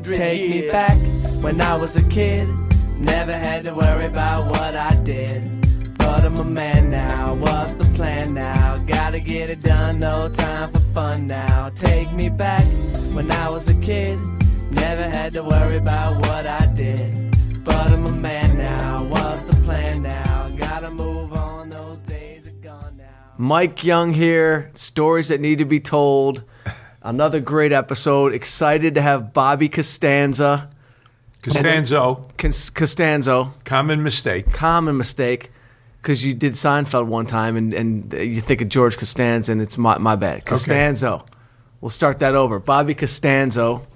hundred Take years. me back when I was a kid. Never had to worry about what I did. But I'm a man now. What's the plan now? Gotta get it done. No time for fun now. Take me back when I was a kid. Never had to worry about what I did. But I'm a man now. What's the plan now? Gotta move on. Those days are gone now. Mike Young here. Stories that need to be told. Another great episode. Excited to have Bobby Costanza, Costanzo, Cons- Costanzo. common mistake. Common mistake because you did Seinfeld one time and, and you think of George Costanza and it's my, my bad. Costanzo. We'll start that over. Bobby Costanzo.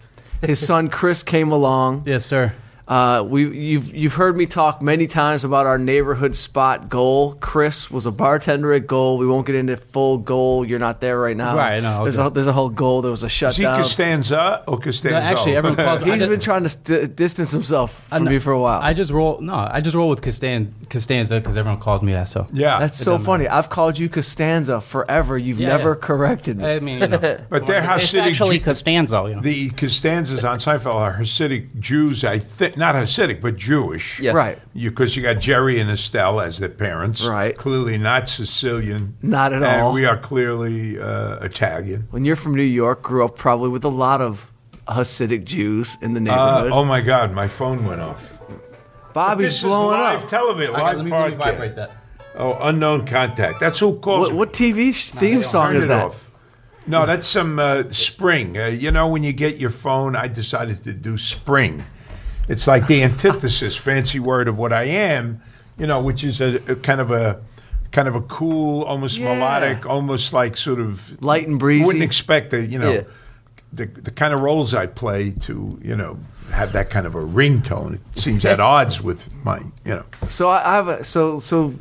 His son Chris came along. Yes, sir. Uh, we you've you've heard me talk many times about our neighborhood spot goal. Chris was a bartender at Goal. We won't get into full goal. You're not there right now. Right, no, There's okay. a there's a whole goal. There was a Is he shutdown. Costanza or Costanzo? actually, everyone calls him- He's been trying to st- distance himself I from kn- me for a while. I just roll. No, I just roll with Castan, Costanza because everyone calls me that. So yeah. That's so funny. I've called you Costanza forever. You've Yeah, never yeah. Uh, corrected me. I mean, you know, But they're it's Hasidic actually Ju- Costanzo. You know, the Costanzas on Seinfeld are Hasidic Jews, I think. Not Hasidic, but Jewish. Yeah. Right. Because you, got Jerry and Estelle as their parents. Right. Clearly not Sicilian. Not at all. And we are clearly uh, Italian. When you're from New York, grew up probably with a lot of Hasidic Jews in the Uh, neighborhood. oh my God, my phone went off. Bobby's this blowing is live up. television, live let me let me podcast. vibrate that. Oh, unknown contact. That's who calls. What, me. what TV sh- theme don't. song Turn is it that? off. No, that's some uh, spring. Uh, you know, when you get your phone, I decided to do spring. It's like the antithesis, fancy word of what I am. You know, which is a, a kind of a kind of a cool, almost Yeah. melodic, almost like sort of Light and You breezy. wouldn't expect that. You know, Yeah. the the kind of roles I play to you know have that kind of a ringtone. It seems at odds with my you know. So I, I have a, so so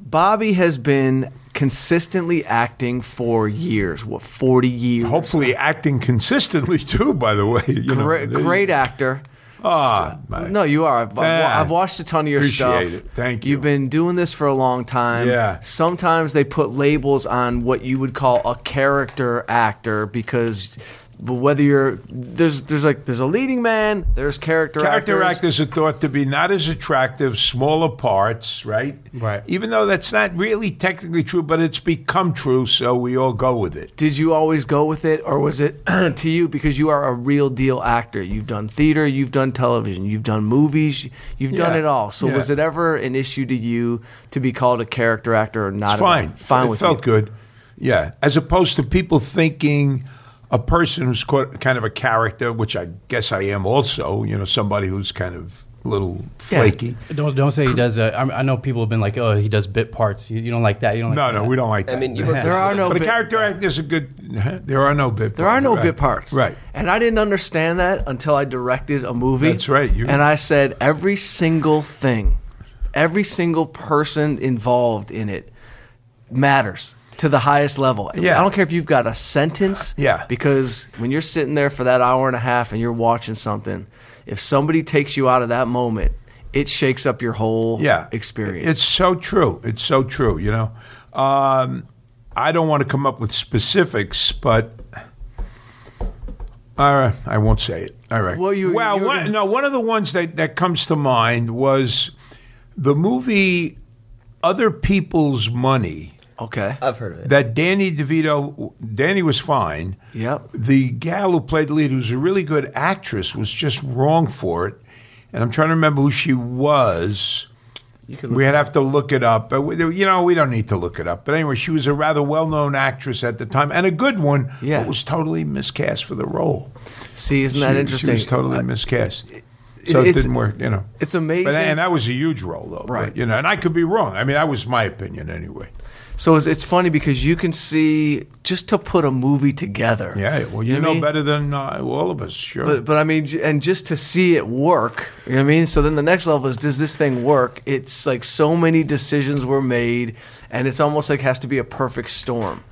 Bobby has been consistently acting for years. What forty years? Hopefully, acting consistently too. By the way, you know, great, They- great actor. Ah, S- my- no, you are. I've, I've wa- Ah, I've watched a ton of your stuff. appreciate it. Thank you. You've been doing this for a long time. Yeah. Sometimes they put labels on what you would call a character actor because whether you're there's there's like there's a leading man, there's character Character actors. actors are thought to be not as attractive, smaller parts, right? Right. Even though that's not really technically true, but it's become true, so we all go with it. Did you always go with it, or was it to you because you are a real deal actor? You've done theater, you've done television, you've done movies, you've done Yeah. it all. So Yeah. was it ever an issue to you to be called a character actor or not? It's fine. fine it with felt you. good. Yeah. As opposed to people thinking a person who's quite, kind of a character, which I guess I am also, you know, somebody who's kind of a little flaky. Don't don't say he does. Uh, I, I know people have been like, oh, he does bit parts. You, you don't like that. You don't. Like No, that. no, we don't like that. I mean, you were There are no but a bit- character actor is a good. There are no bit. There are parts, no right. bit parts. Right. And I didn't understand that until I directed a movie. That's right, you- And I said every single thing, every single person involved in it matters to the highest level. Yeah. I don't care if you've got a sentence. Yeah. Because when you're sitting there for that hour and a half and you're watching something, if somebody takes you out of that moment, it shakes up your whole yeah. experience. It's so true. It's so true. You know, um, I don't want to come up with specifics, but uh, I won't say it. All right. Well, you- well you- one, no, one of the ones that, that comes to mind was the movie Other People's Money okay. I've heard of it. that Danny DeVito, Danny was fine. Yep. The gal who played the lead, who's a really good actress, was just wrong for it. And I'm trying to remember who she was. We'd have to look it up. But we, you know, we don't need to look it up. But anyway, she was a rather well-known actress at the time and a good one, Yeah. but was totally miscast for the role. See, isn't She- that interesting? She was totally miscast. So it it's- didn't work, you know. it's amazing. But, and that was a huge role, though. but, Right. you know, and I could be wrong. I mean, that was my opinion anyway. So it's, it's funny because you can see just to put a movie together. Yeah, well, you, what I know mean? better than uh, all of us, sure. But, but I mean, j- and just to see it work, you know what I mean? So then the next level is, does this thing work? It's like so many decisions were made, and it's almost like has to be a perfect storm.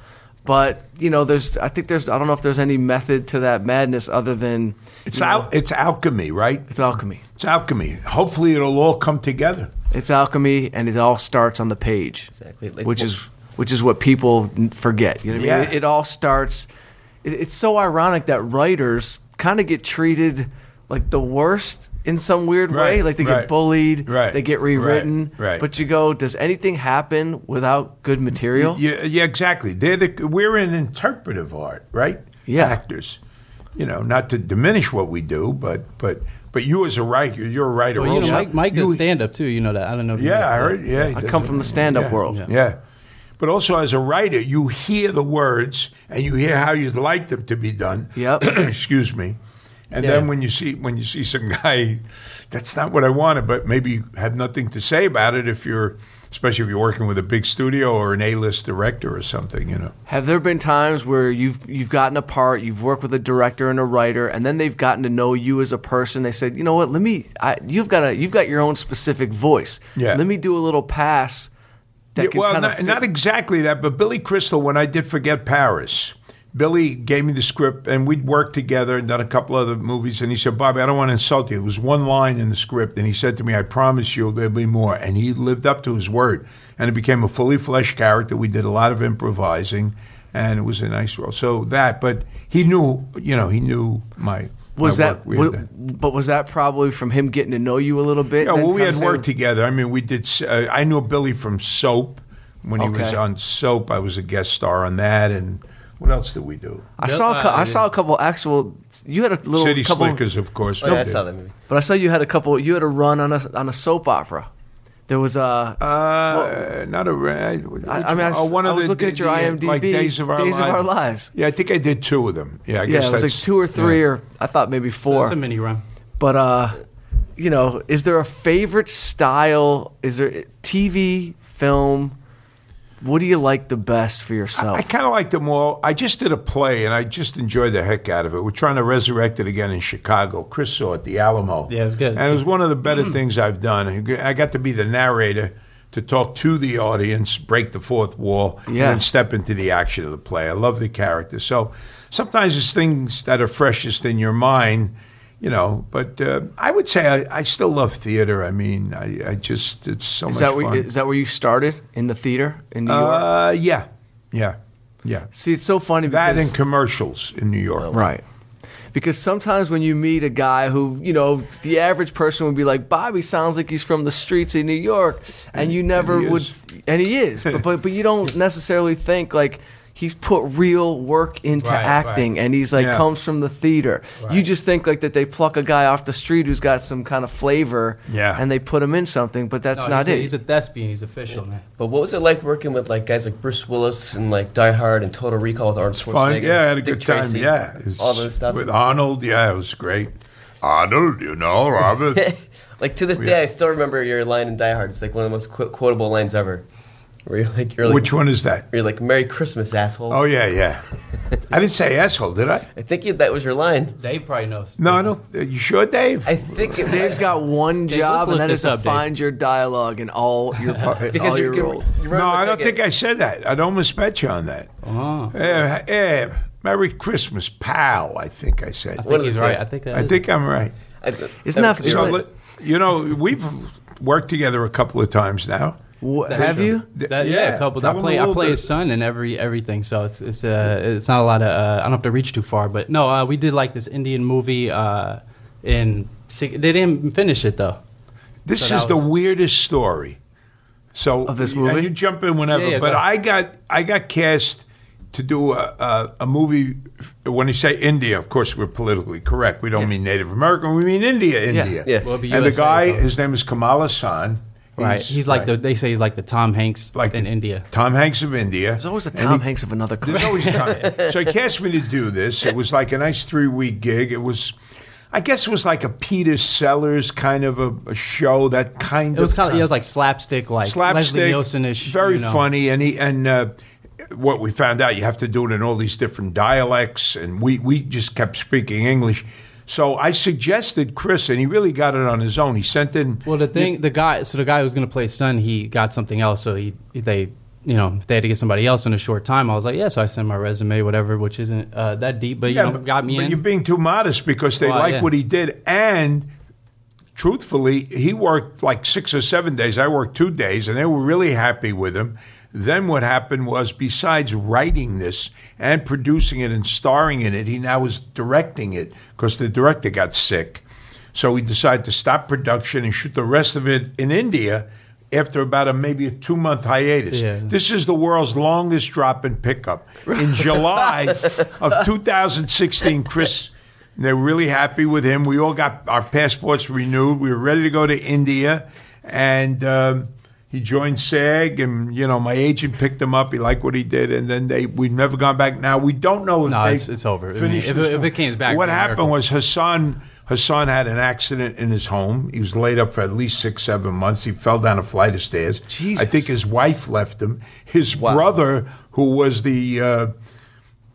But, you know, there's, I think there's, I don't know if there's any method to that madness other than it's al- it's alchemy, right? it's alchemy. It's alchemy. Hopefully, it'll all come together. It's alchemy, and it all starts on the page. Exactly. Like, which well- is which is what people n- forget. You know what I mean? Yeah. It, it all starts. It, it's so ironic that writers kind of get treated like the worst in some weird way. Right, Like they right, get bullied, right, they get rewritten. right, right. But you go, does anything happen without good material? Yeah, yeah, exactly. They're the we're in interpretive art, right? Yeah. actors. You know, not to diminish what we do, but but but you as a writer, you're a writer. Well, you know, also. Mike, Mike You- does stand up too. You know that. I don't know. if you know Yeah, that, I but- heard. Yeah, he I does come it. from the stand-up Yeah, world. Yeah. Yeah. but also as a writer, you hear the words and you hear how you'd like them to be done. Yep. Excuse me. And Yeah. then when you see when you see some guy, that's not what I wanted, but maybe you have nothing to say about it if you're, especially if you're working with a big studio or an A-list director or something, you know. Have there been times where you've you've gotten a part, you've worked with a director and a writer, and then they've gotten to know you as a person? They said, you know what? Let me. I, you've got a you've got your own specific voice. Yeah. Let me do a little pass. That Yeah, can well, kind not, of fit. not exactly that, but Billy Crystal, when I did Forget Paris, Billy gave me the script and we'd worked together and done a couple other movies. And he said, Bobby, I don't want to insult you. It was one line in the script. And he said to me, I promise you there'll be more. And he lived up to his word. And it became a fully fleshed character. We did a lot of improvising and it was a nice role. So that, but he knew, you know, he knew my. was my that? work. We had wa- to- but was that probably from him getting to know you a little bit? yeah, and then well, we kinda had saying- worked together. I mean, we did. Uh, I knew Billy from Soap when he was Okay. on Soap. I was a guest star on that, and what else did we do? I saw a cou- Uh, I saw a couple actual. You had a little City couple, Slickers, of course. Oh, we yeah, I did. saw that movie. but I saw you had a couple. You had a run on a on a soap opera. There was a. Uh, not a. I, I mean, I mean, I Oh, s- I was looking at your IMDb, like Days of Our Days of Lives. Our Lives. Yeah, I think I did two of them. Yeah, I guess yeah, it was like that's- two or three, yeah. or I thought maybe So four. It's a mini run. But uh, you know, is there a favorite style? Is there TV, film? What do you like the best for yourself? I kind of like them all. I just did a play, and I just enjoyed the heck out of it. We're trying to resurrect it again in Chicago. Chris saw it, the Alamo. Yeah, it was good. And it was one of the better Mm. things I've done. I got to be the narrator to talk to the audience, break the fourth wall, and Yeah. then step into the action of the play. I love the character. So sometimes it's things that are freshest in your mind, you know. But uh, I would say I, I still love theater. I mean, I, I just it's so is much that where, fun. is that where you started in the theater in New York? uh, yeah, yeah, yeah. See, it's so funny because That and commercials in New Oh, York. Right. Because sometimes when you meet a guy who, you know, the average person would be like, Bobby sounds like he's from the streets of New York. And you never he would, is. and he is. but, but, but you don't necessarily think like he's put real work into Right, acting and he's like, Yeah. comes from the theater. You Right. just think like that they pluck a guy off the street who's got some kind of flavor Yeah. and they put him in something, but that's No, not it. he's A, he's a thespian. He's official, man. But what was it like working with like guys like Bruce Willis and like Die Hard and Total Recall with Arnold Schwarzenegger? Fun, yeah, I had a Dick good Tracy, time. Yeah, It's- all those stuff. with Arnold. Yeah, it was great. Arnold, you know, Robert. like to this We- day, I still remember your line in Die Hard. It's like one of the most qu- quotable lines ever. Where you're like, you're like, Which one is that? You're like, "Merry Christmas, asshole." Oh yeah, yeah. I didn't say asshole, did I? I think you, that was your line. Dave probably knows. No, I don't. uh, You sure, Dave? I think it, Dave's got one Dave, let's job, look and that this is to up, Dave. find your dialogue in all your part, in because all you're, your you're, roles. you're no, I running don't a think ticket. I said that. I'd almost bet you on that. Oh. Eh, eh, Merry Christmas, pal. I think I said. I One think of he's the right. two. I think that I is- think I'm right. I, Isn't that- You Is know, it- let- you know, we've worked together a couple of times now. Wha- have you? That, yeah, a couple. Tell I them a play, I little play bit. his son in every everything, so it's it's uh, it's not a lot of. Uh, I don't have to reach too far, but no, uh, we did like this Indian movie. Uh, in si- they didn't finish it though. This So that is the was- weirdest story. So Of this and movie? you jump in whenever. Yeah, yeah, but go ahead. I got I got cast to do a, a, a movie. When you say India, of course we're politically correct. We don't mean Native American. We mean India, India. yeah. Well, it'd be and the USA, guy, though. his name is Kamal Hassan. Right, he's, like the. They say he's like the Tom Hanks like in the India. Tom Hanks of India. There's always a And Tom he- Hanks of another there's country. always a time. So he asked me to do this. It was like a nice three week gig. It was, I guess, it was like a Peter Sellers kind of a, a show. That kind It was of kind of. con- It was like slapstick, like Leslie Nielsen-ish. very you know. funny, and he and uh, what we found out, you have to do it in all these different dialects, and we we just kept speaking English. So I suggested Chris, and he really got it on his own. He sent in Well, the thing, the guy, so the guy who was going to play son, he got something else. So he, they, you know, they had to get somebody else in a short time. I was like, yeah. So I sent my resume, whatever, which isn't uh, that deep, but you know, but, got me but in. You're being too modest because they Well, like yeah. what he did, and truthfully, he worked like six or seven days. I worked two days, and they were really happy with him. Then what happened was, besides writing this and producing it and starring in it, he now was directing it because the director got sick. So we decided to stop production and shoot the rest of it in India after about a maybe a two month hiatus. Yeah. This is the world's longest drop in pickup. In July of 2016, Chris, they're really happy with him. We all got our passports renewed. We were ready to go to India, and um, he joined SAG. And you know, my agent picked him up. He liked what he did, and then they we've never gone back. Now we don't know if No, they it's- it's over. I mean, finished if it- this if one. it came back, what it'd be a happened miracle. was Hassan Hassan had an accident in his home. He was laid up for at least six, seven months. He fell down a flight of stairs. Jesus. I think his wife left him. His brother, who was the uh,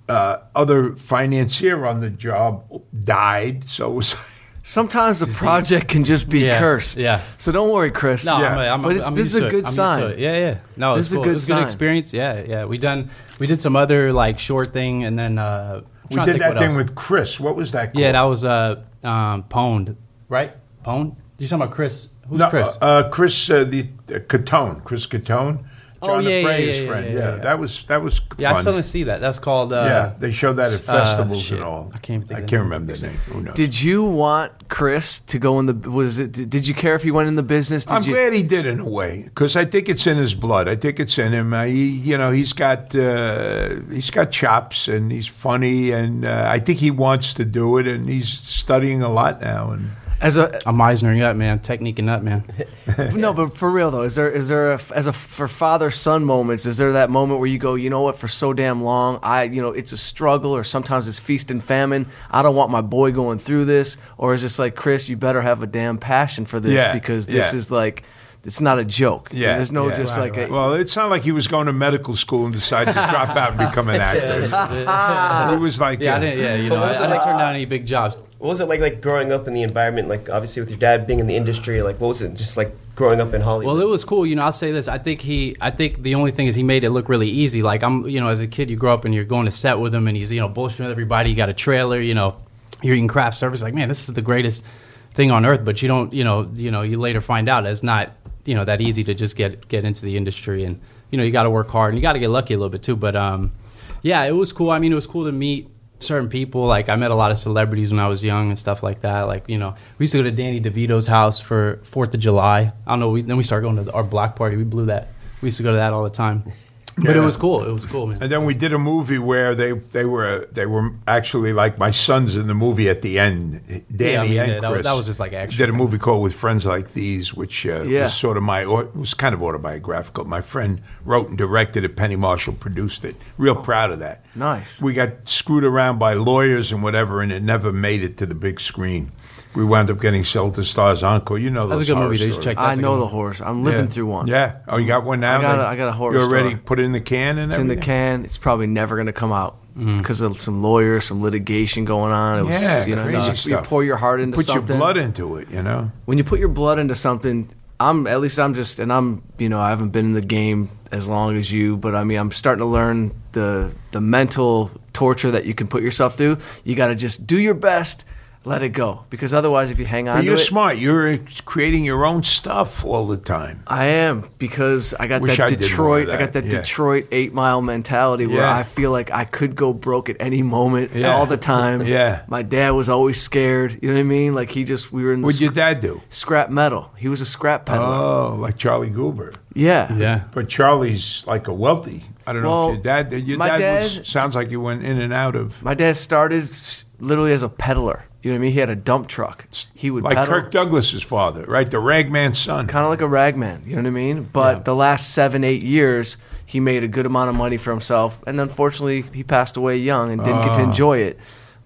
uh, other financier on the job, died. So it was. Sometimes the project can just be Yeah, cursed. yeah. So don't worry, Chris. No, Yeah. I'm, I'm, But I'm, it- I'm this is used a to it. good I'm sign. Used to it. Yeah, yeah. No, This it's is a cool. good it was a good sign. experience. Yeah, yeah. We done. We did some other like short thing, and then uh, I'm we trying did to think that what thing else. with Chris. What was that? Yeah, that called? was uh, um, Pwned, right? Pwned. You talking about Chris? Who's No, Chris? Uh, uh, Chris uh, the uh, Catone. Chris Catone. Oh, John yeah, yeah, DePrea's yeah, yeah, friend. yeah, yeah. that was that was yeah, fun. I still didn't see that. That's called. Uh, yeah, they show that at uh, festivals shit. and all. I can't even think I of the can't name. remember the name. Who knows? Did you want Chris to go in the? Was it? Did you care if he went in the business? Did I'm you? glad he did in a way because I think it's in his blood. I think it's in him. Uh, he, you know, he's got uh, he's got chops and he's funny and uh, I think he wants to do it and he's studying a lot now. And As a I'm Eisnering up, man. Techniquing up, man. no, but for real though, is there is there a, as a for father son moments? Is there that moment where you go, you know what? For so damn long, I you know it's a struggle, or sometimes it's feast and famine. I don't want my boy going through this, or is this like Chris? You better have a damn passion for this Yeah, because this yeah. is like it's not a joke. yeah, there's no yeah. just like a, well, it's not like he was going to medical school and decided to drop out and become an actor. He was like, uh, Yeah, I didn't. Yeah, you know, I, I was it didn't like- turn down any big jobs. What was it like, like growing up in the environment? Like obviously with your dad being in the industry, like what was it just like growing up in Hollywood? Well, it was cool. You know, I'll say this. I think he. I think the only thing is he made it look really easy. Like I'm, you know, as a kid, you grow up and you're going to set with him, and he's, you know, bullshitting with everybody. You got a trailer. You know, you're eating craft service. Like, man, this is the greatest thing on earth. But you don't, you know, you know, you later find out it's not, you know, that easy to just get get into the industry, and you know, you got to work hard and you got to get lucky a little bit too. But um, yeah, it was cool. I mean, it was cool to meet certain people. Like I met a lot of celebrities when I was young and stuff like that. Like you know, we used to go to Danny DeVito's house for Fourth of July. I don't know. We, then we started going to our block party. We blew that. We used to go to that all the time. But it Yeah. was cool. It was cool, man. And then we did a movie where they, they were they were actually like my sons in the movie at the end, Danny I mean, and yeah, that Chris. was- that was just like action. Did a movie called With Friends Like These, which uh, Yeah. was sort of my au- was kind of autobiographical. My friend wrote and directed it. Penny Marshall produced it. Real proud of that. Nice. We got screwed around by lawyers and whatever, and it never made it to the big screen. We wound up getting sold to Stars Encore. You know That's those a good horror movie. They should stories. check that I know the together. horse. I'm living through one. Yeah. Oh, you got one now. I got Then a- I got a horror You already story. put it in the can and It's in the everything? can. It's probably never going to come out Mm. because of some lawyers, some litigation going on. It was, Yeah, you know, crazy you, stuff. you pour your heart into Put something. your blood into it. You know. when you put your blood into something, I'm at least I'm just and I'm you know I haven't been in the game as long as you, but I mean I'm starting to learn the the mental torture that you can put yourself through. You got to just do your best, let it go, because otherwise if you hang on But to you're it, smart. You're uh, creating your own stuff all the time. I am because I got Wish that I did more of Detroit. I got that, that yeah. Detroit eight mile mentality where Yeah. I feel like I could go broke at any moment, Yeah. all the time. Yeah. my dad was always scared. You know what I mean? Like he just we were in the What'd your sc- dad do? scrap metal. He was a scrap peddler. Oh, like Charlie Goober. yeah, Yeah. But Charlie's like a wealthy. I don't Well, know if your dad did. Your my dad, dad- was, sounds like you went in and out of. My dad started s- literally as a peddler. You know what I mean? He had a dump truck. He would Like peddle. Kirk Douglas's father, right? The ragman's son. kind of like a ragman. You know what I mean? But the last seven, eight years, he made a good amount of money for himself, and unfortunately, he passed away young and didn't get to enjoy it.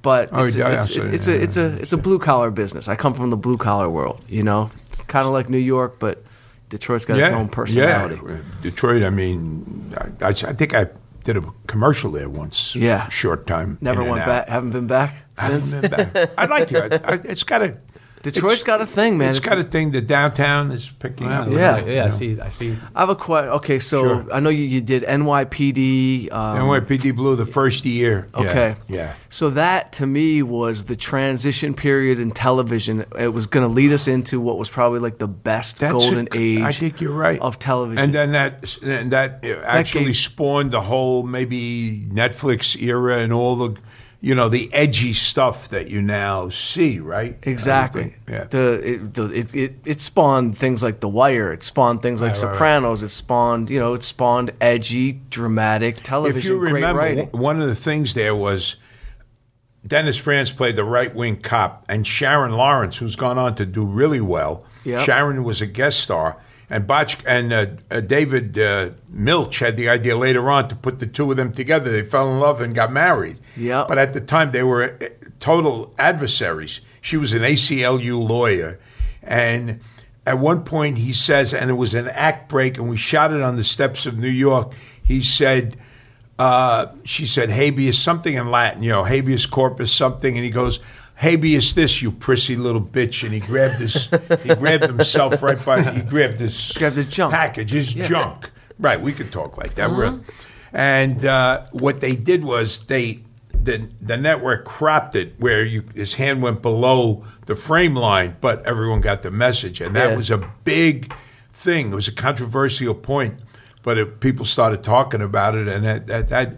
But Ah. Oh, it's, yeah, it's, yeah, it's, yeah, a it's a it's a blue collar business. I come from the blue collar world. You know, kind of like New York, but Detroit's got its own personality. Yeah. Detroit, I mean, I, I think I did a commercial there once. Yeah. Short time. Never in and went out. back. Haven't been back I haven't since. been back. I'd like to. I, I, it's got a. Detroit's got a thing, man. it's It's- got a thing. The downtown is picking Yeah, up. it was Yeah. like- yeah. I see. I see. I have a question. Okay, so Sure. I know you, you did NYPD. Um, NYPD Blue the first year. Yeah, Okay. Yeah. So that to me was the transition period in television. It was going to lead us into what was probably like the best That's a golden g- age. I think you're right. of television. And then that and that uh, actually gave- spawned the whole maybe Netflix era and all the you know, the edgy stuff that you now see, right? I Exactly. would think, yeah. The, it, the it, it it spawned things like The Wire. It spawned things like Right, right, right. Sopranos. It spawned you know it spawned edgy, dramatic television. if you remember, great writing. w- one of the things there was Dennis Franz played the right wing cop, and Sharon Lawrence, who's gone on to do really well. Yep. Sharon was a guest star, and Botch and uh, uh, David uh, Milch had the idea later on to put the two of them together. They fell in love and got married. Yep. but at the time they were uh, total adversaries. She was an ACLU lawyer, and at one point he says, and it was an act break, and we shot it on the steps of New York. He said uh, she said habeas something in Latin, you know, habeas corpus something, and he goes, habeas this, you prissy little bitch, and he grabbed his, he grabbed himself right by, he grabbed this, Grabbed his junk. package, his junk, right? We could talk like that, really. And uh, what they did was they the the network cropped it where you his hand went below the frame line, but everyone got the message, and that Yeah. was a big thing. It was a controversial point, but it, people started talking about it, and that that that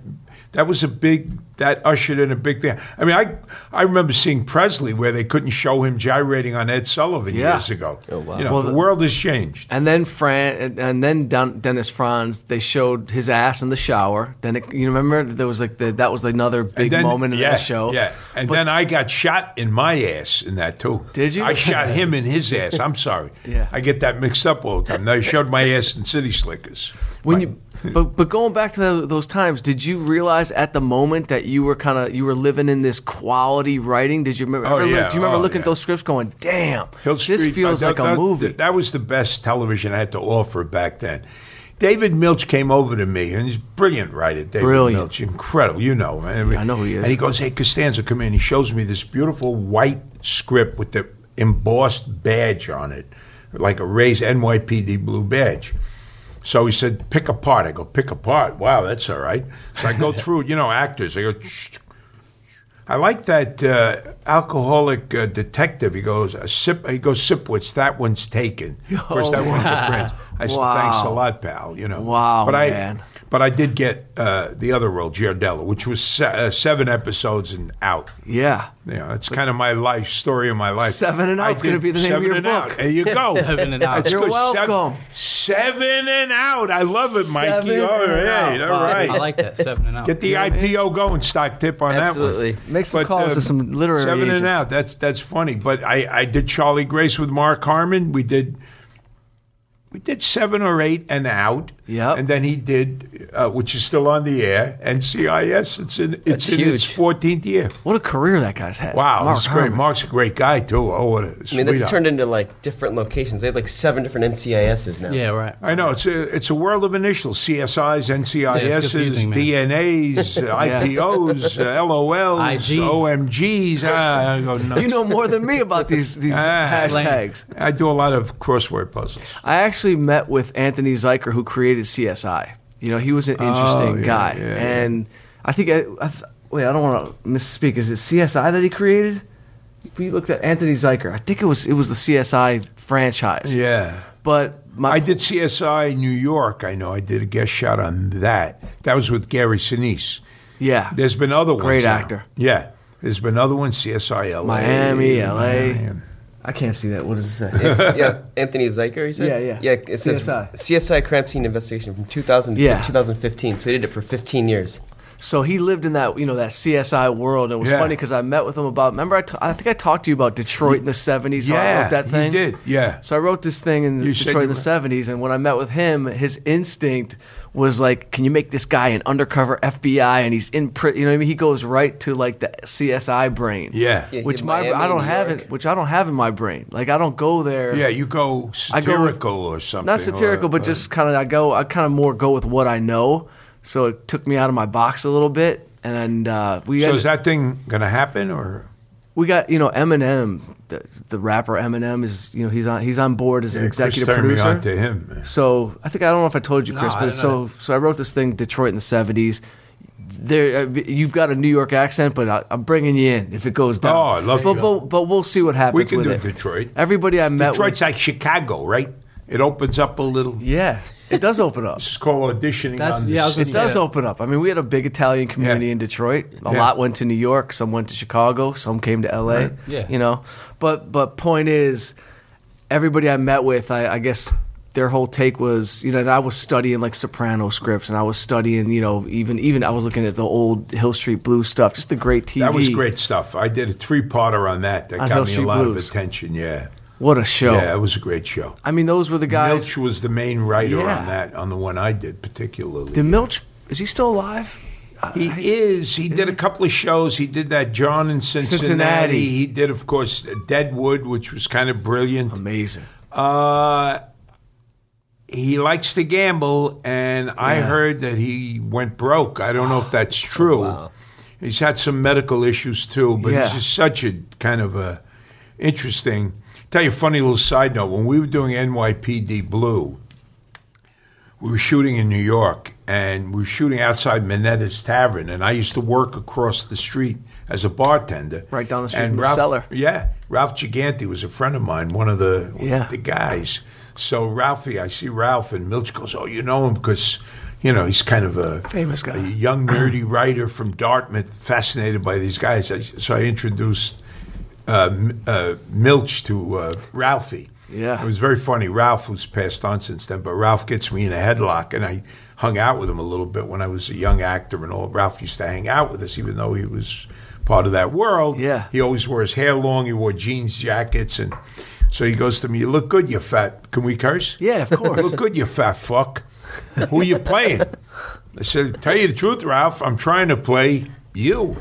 that was a big that ushered in a big thing. I mean, I I remember seeing Presley where they couldn't show him gyrating on Ed Sullivan Yeah. years ago. Oh, wow. You know, Well, the the- world has changed. And then Fran, and, and then Don, Dennis Franz, they showed his ass in the shower. Then it, you remember there was like the, that was another big And then- moment in yeah, the show. Yeah, and then I got shot in my ass in that too. Did you? I shot him in his ass. I'm sorry. Yeah. I get that mixed up all the time. They showed my ass in City Slickers. When My- you, but but going back to tho- those times, did you realize at the moment that you were kind of you were living in this quality writing? Did you remember? Oh, ever look- yeah. do you remember Oh, looking at yeah. those scripts, going, "Damn, Hill this Street, feels uh, like that- a that- movie." That was the best television I had to offer back then. David Milch came over to me, and he's a brilliant writer. David Brilliant. Milch, incredible, you know. And I know who he is. And he goes, "Hey, Costanza, come in." He shows me this beautiful white script with the embossed badge on it, like a raised NYPD blue badge. So he said, "Pick apart." I go, "Pick apart." Wow, that's all right. So I go through, you know, actors. I go. I like that uh, alcoholic uh, detective. He goes a sip. He goes Sipwitz. That one's taken. Of course, that one of the friends. I said, Oh, Wow. thanks a lot, pal. You know. Wow, but I, man. But I did get uh, the other role, Giardella, which was se- uh, seven episodes and out. yeah, You know, it's kind of my life story of my life. Seven and I Out's gonna did be the name of Seven your and book. Out. There you go. Seven and Out. That's You're good. Seven- welcome. Seven, and out. I love it, Mikey. Seven all and right, Out. all Wow. right. I like that seven and out. Get the IPO going, stock tip on that Absolutely. one. uh, Make some calls to some literary Seven and agents. out. That's that's funny. But I, I did Charlie Grace with Mark Harmon. We did we did seven or eight and out. Yep. And then he did, uh, which is still on the air. And CIS, it's in it's That's in its huge. fourteenth year. what a career that guy's had. Wow, Mark he's great. Herman. Mark's a great guy too. Oh, what a I mean, that's sweetheart. turned into like different locations. They have like seven different NCISs now. Yeah, right. I know it's a it's a world of initials: CSIs, NCISs, confusing, man. DNAs, IPOs, uh, LOLs, IG. OMGs. Ah, I go nuts. You know more than me about these these Ah, slang. hashtags. I do a lot of crossword puzzles. I actually met with Anthony Zeiker, who created CSI. You know, he was an interesting Oh, yeah, guy, yeah, yeah. and I think I, I th- wait, I don't want to misspeak. Is it CSI that he created? We looked at Anthony Zeiker. I think it was it was the CSI franchise. Yeah. but my I did CSI New York. I know I did a guest shot on that. That was with Gary Sinise. yeah. There's been other ones. Great now. actor. Yeah. There's been other ones. CSI LA. Miami, LA. Miami. I can't see that. What does it say? yeah, Anthony Zeiker, you said? Yeah, yeah. Yeah, it says CSI. CSI, Crime Scene Investigation from 2000 to Yeah. 2015. So he did it for 15 years. So he lived in that you know that CSI world, and it was Yeah. funny because I met with him about. Remember, I, t- I think I talked to you about Detroit in the seventies. how I Yeah, wrote that you thing. did, yeah. So I wrote this thing in You said Detroit you in the were- seventies, and when I met with him, his instinct was like, "Can you make this guy an undercover FBI?" And he's in prison. You know what I mean? He goes right to like the CSI brain. Yeah. Yeah, Which yeah, my Miami, I don't New have York. it. Which I don't have in my brain. Like I don't go there. Yeah, you go I go with- satirical or something. Not satirical, or- but just kind of I go. I kind of more go with what I know. So it took me out of my box a little bit, and uh, we. So ended- is that thing going to happen or? we got you know Eminem, the, the rapper Eminem is you know he's on he's on board as an Yeah, Chris executive turned me producer. on to him. So I think I don't know if I told you, No, Chris, I but didn't so know so I wrote this thing Detroit in the seventies. There, uh, you've got a New York accent, but I, I'm bringing you in if it goes down. Oh, I love but, you. But, but we'll see what happens. We can with do it. Detroit. Everybody I met with, Detroit's like Chicago, right? It opens up a little. yeah, It does open up. It's called auditioning That's- on the yeah, I was gonna It city. say- does open up. I mean, we had a big Italian community Yeah. in Detroit. A Yeah. lot went to New York. Some went to Chicago. Some came to L.A. Yeah. you know. But but point is, everybody I met with, I, I guess their whole take was, you know, and I was studying like soprano scripts, and I was studying, you know, even even I was looking at the old Hill Street Blues stuff, just the great TV. That was great stuff. I did a three parter on that. That On got Hill me Street a lot Blues. of attention. Yeah. What a show! Yeah, it was a great show. I mean, those were the guys. Milch was the main writer Yeah. on that, on the one I did particularly. Did Milch? Is he still alive? I- he I- is. He did a couple of shows. He did that John in Cincinnati. Cincinnati. He did, of course, Deadwood, which was kind of brilliant. amazing. Uh, he likes to gamble, and I heard that he went broke. I don't know if that's true. He's had some medical issues too, but Yeah. he's just such a kind of a interesting. Tell you a funny little side note. When we were doing NYPD Blue, we were shooting in New York, and we were shooting outside Minetta's Tavern, and I used to work across the street as a bartender, Right down the street And from the Ralph- cellar. yeah, Ralph Gigante was a friend of mine, one of the Yeah. the guys. So Ralphie, I see Ralph, and Milch goes, "Oh, you know him because you know he's kind of a Famous guy. a young nerdy writer from Dartmouth, fascinated by these guys." I, so I introduced uh, M- uh, Milch to uh, Ralphie. Yeah. it was very funny. Ralph, who's passed on since then, but Ralph gets me in a headlock, and I hung out with him a little bit when I was a young actor and all. Ralph used to hang out with us, even though he was part of that world. Yeah. he always wore his hair long. He wore jeans jackets, and so he goes to me, "You look good, you fat." Can we curse? Yeah, of "You course. Oh, look good, you fat fuck. Who you playing? I said, "Tell you the truth, Ralph. I'm trying to play you."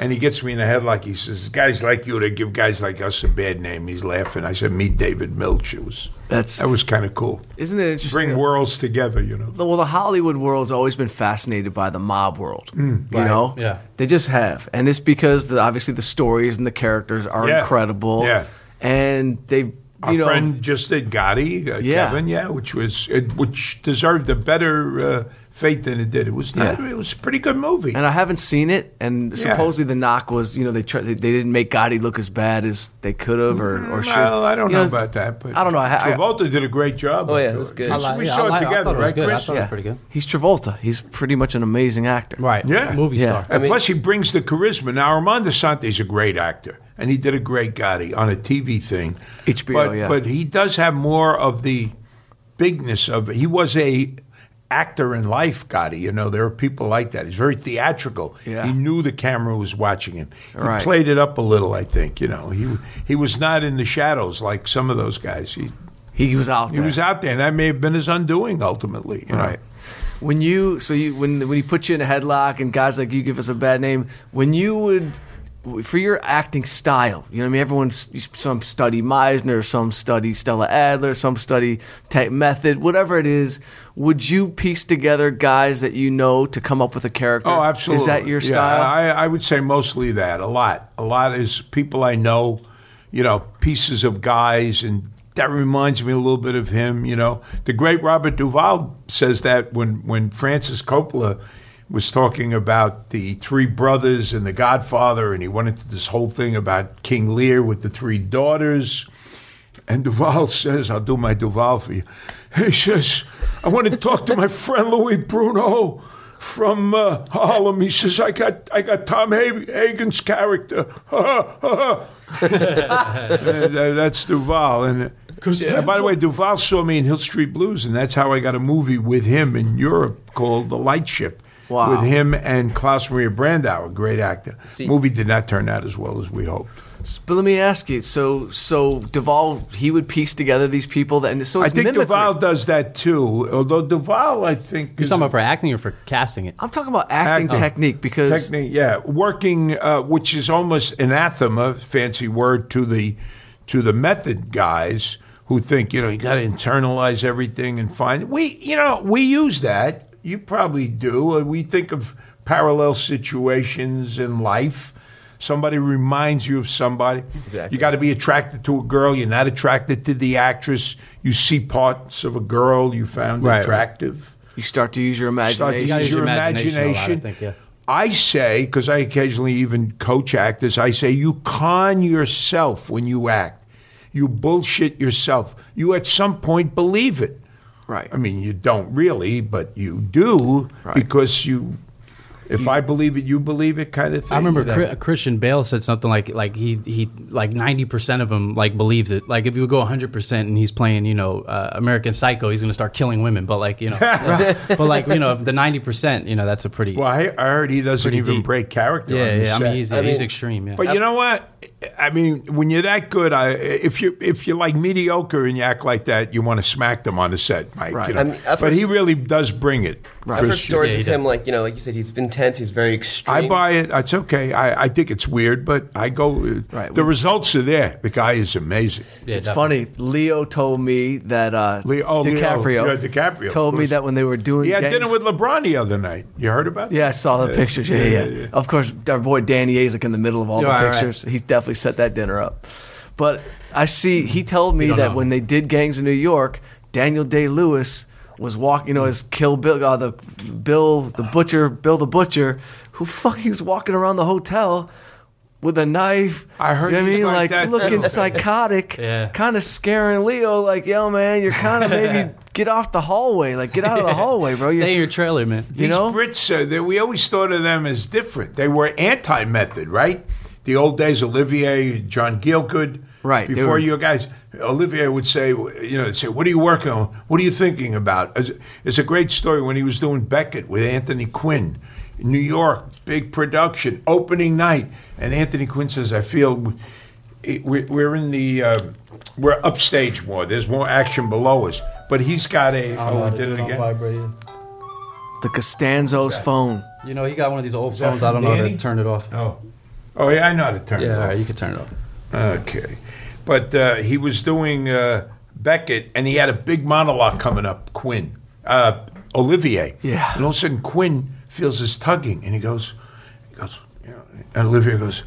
And he gets me in the head like he says, "Guys like you, they give guys like us a bad name." He's laughing. I said, "Meet David Milch." It was That's that was kind of cool. isn't it interesting? Bring that- worlds together, you know. The- well, the Hollywood world's always been fascinated by the mob world. Mm, you know, Yeah. they just have, and it's because the, obviously the stories and the characters are Yeah. incredible. Yeah. and they've Our you know friend just did Gotti, uh, Yeah. Kevin, yeah, which was it, which deserved a better uh, fate than it did. It was not, Yeah. it was a pretty good movie. and I haven't seen it. And supposedly the knock was, you know, they tried, they, they didn't make Gotti look as bad as they could have, or or should. Mm, Well, I don't you know, about that, but I don't know. I- I- Travolta did a great job. Oh, with yeah, it was good. I we saw it together, right, Chris? thought it was pretty good. He's Travolta. He's pretty much an amazing actor. Right. Yeah. Movie Yeah. star. And plus, he brings the charisma. Now, Armando Sante's a great actor, and he did a great Gotti on a TV thing. HBO, but, yeah. But he does have more of the bigness of. He was a actor in life, Gotti. You know, there are people like that. He's very theatrical. Yeah. He knew the camera was watching him. He Right. played it up a little, I think. You know, he he was not in the shadows like some of those guys. He He was out. he there. was out there, and that may have been his undoing ultimately. You Right. Know? When you so you when when he put you in a headlock and guys like you give us a bad name, when you would for your acting style, you know what I mean. Everyone's some study Meisner, some study Stella Adler, some study type method, whatever it is. Would you piece together guys that you know to come up with a character? Oh, absolutely. Is that your Yeah, style? I, I would say mostly that. A lot. A lot is people I know, you know, pieces of guys, and that reminds me a little bit of him, you know. The great Robert Duvall says that when, when Francis Coppola was talking about the three brothers and the Godfather, and he went into this whole thing about King Lear with the three daughters. And Duval says, I'll do my Duval for you. He says, I want to talk to my friend Louis Bruno from uh, Harlem. He says, I got, I got Tom Hag- Hagen's character. And, uh, that's Duval. And, uh, and by the way, Duval saw me in Hill Street Blues, and that's how I got a movie with him in Europe called The Lightship. Wow. With him and Klaus Maria Brandau, a great actor. Movie did not turn out as well as we hoped. S- but let me ask you. So so Duvall, he would piece together these people that, and so I it's think mimicry. Duval does that too. Although Duval, I think, You're is talking about for acting or for casting it? I'm talking about acting, Acting. technique because technique, yeah, working, uh, which is almost anathema, fancy word to the to the method guys who think you know you got to internalize everything and find we you know we use that. You probably do. Uh, We think of parallel situations in life. Somebody reminds you of somebody. Exactly. You got to be attracted to a girl. You're not attracted to the actress. You see parts of a girl you found Right. attractive. you start to use your Start imagination. to You gotta use use your your imagination a lot, I imagination. think, yeah. I say, because I occasionally even coach actors, I say, you con yourself when you act. You bullshit yourself. You at some point believe it. Right. I mean, you don't really, but you do Right. because you. If I believe it, you believe it, kind of thing. I remember Is that- Chri- Christian Bale said something like like he he like ninety percent of him like believes it. Like if you go hundred percent and he's playing you know uh, American Psycho, he's going to start killing women. But like you know, but like you know the ninety percent, you know that's a pretty Well, I, I heard he doesn't Pretty even deep. break character. yeah on the yeah. I mean set. he's I he's mean- extreme. Yeah. But you know what? I mean, when you're that good, I, if you if you're like mediocre and you act like that, you want to smack them on the set, Mike. Right. You know? I mean, I've but heard- he really does bring it. I've heard Christian. stories Yeah, he of did. him, like you know, like you said, he's intense. He's very extreme. I buy it. It's okay. I, I think it's weird, but I go. uh, Right. The results are there. The guy is amazing. Yeah, it's definitely. funny. Leo told me that uh, Leo- oh, Leo. DiCaprio, Yeah, DiCaprio, told of me course. that when they were doing He had gangs- dinner with LeBron the other night. You heard about? Yeah, I that? saw the pictures. Yeah, yeah. yeah, yeah. Of course, our boy Danny A's like in the middle of all Yeah, all the right. pictures. He definitely set that dinner up. But I see he told me don't that know. when they did Gangs in New York, Daniel Day Lewis was walking. You know, his Kill Bill, uh, the Bill the Butcher, Bill the Butcher, who fuck he was walking around the hotel. With a knife, I You heard know what I he's mean, like like, that, looking too. psychotic, Yeah. kind of scaring Leo. Like, yo, man, you're kind of maybe get off the hallway. Like, get out of the hallway, bro. Stay in You, your trailer, man. you These know, Brits, uh, they, we always thought of them as different. They were anti-method, right? The old days, Olivier, John Gielgud. Right, they Before were- you guys, Olivier would say, you know, they'd say, what are you working on? What are you thinking about? It's- It's a great story when he was doing Beckett with Anthony Quinn. New York, big production, opening night. And Anthony Quinn says, I feel it, we're, we're in the, uh, we're upstage more. There's more action below us. But he's got a, oh, we did it again. the Costanzo's phone. You know he got one of these old that phones. I from don't know how Danny? to turn it off. Oh. Oh, yeah, I know how to turn it Yeah, all off. right, you can turn it off. Okay. But uh, he was doing uh, Beckett, and he had a big monologue coming up, Quinn, uh, Olivier. Yeah. And all of a sudden, Quinn feels this tugging, and he goes, he goes, you know, and Olivier goes,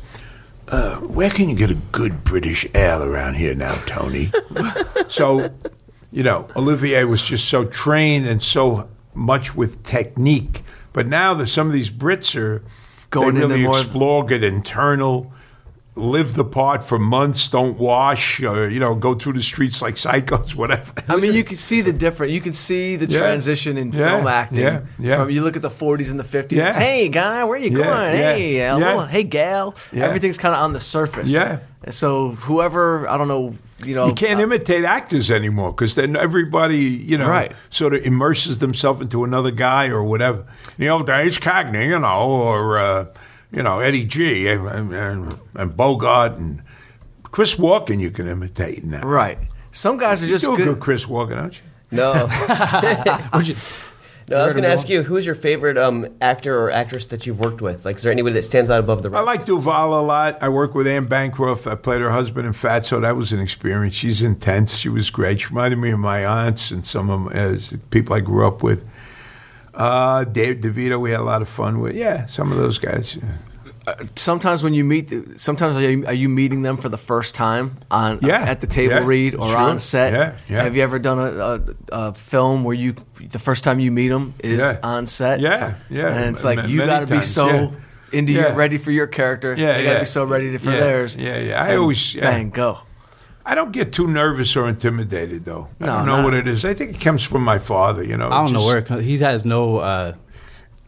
uh, where can you get a good British ale around here now, Tony? so, you know, Olivier was just so trained and so much with technique. But now that some of these Brits are Going they into really more- explore, get internal, live the part for months, don't wash, or, you know, go through the streets like psychos, whatever. I mean, you can see the difference. You can see the Yeah. transition in Yeah. film acting. Yeah. Yeah. From you look at the 40s and the 50s. Yeah. Hey guy, where you Yeah. going? Yeah. Hey, Yeah. Al. Hey gal. Yeah. Everything's kind of on the surface. Yeah. And so whoever, I don't know, you know, You can't uh, imitate actors anymore because then everybody, you know, Right. sort of immerses themselves into another guy or whatever. The old days, Cagney, you know, or, uh, you know, Eddie G and, and, and Bogart and Chris Walken you can imitate now. uh, right. Some guys are You just do a good. good Chris Walken, don't you? No, Would you? no. I was heard of going to ask Bill? you, who's your favorite um, actor or actress that you've worked with? Like, is there anybody that stands out above the I rest? like Duval a lot. I work with Anne Bancroft. I played her husband in Fatso. That was an experience. She's intense. She was great. She reminded me of my aunts and some of my, uh, people I grew up with. Uh, Dave DeVito, we had a lot of fun with. Yeah, some of those guys. yeah. Sometimes when you meet, sometimes are you, are you meeting them for the first time on uh, Yeah. at the table Yeah. read or Sure. on set? Yeah. Yeah. Have you ever done a, a, a film where you the first time you meet them is Yeah. on set? Yeah, yeah. And it's Ma- like you many got to be times, so yeah. into Yeah. your ready for your character. Yeah, you got to yeah. be so ready for Yeah, theirs. yeah, yeah. I And always- yeah. bang go. I don't get too nervous or intimidated, though. I No, don't know no. what it is. I think it comes from my father, you know. I don't know just- where it comes. He has no. Uh,